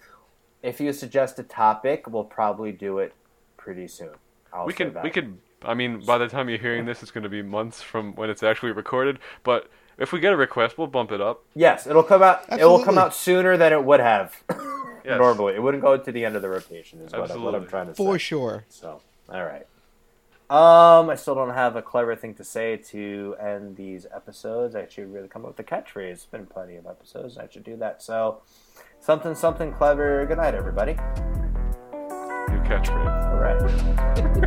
If you suggest a topic, we'll probably do it pretty soon. I'll we say can that. we could i mean by the time you're hearing this it's going to be months from when it's actually recorded but if we get a request we'll bump it up Yes, it'll come out. It will come Absolutely. out sooner than it would have Yes. normally. It wouldn't go to the end of the rotation. Is what, I, what I'm Absolutely. trying to say. For sure. So, all right. Um, I still don't have a clever thing to say to end these episodes. I should really come up with a catchphrase. It's been plenty of episodes. I should do that. So, something, something clever. Good night, everybody. new catchphrase All right.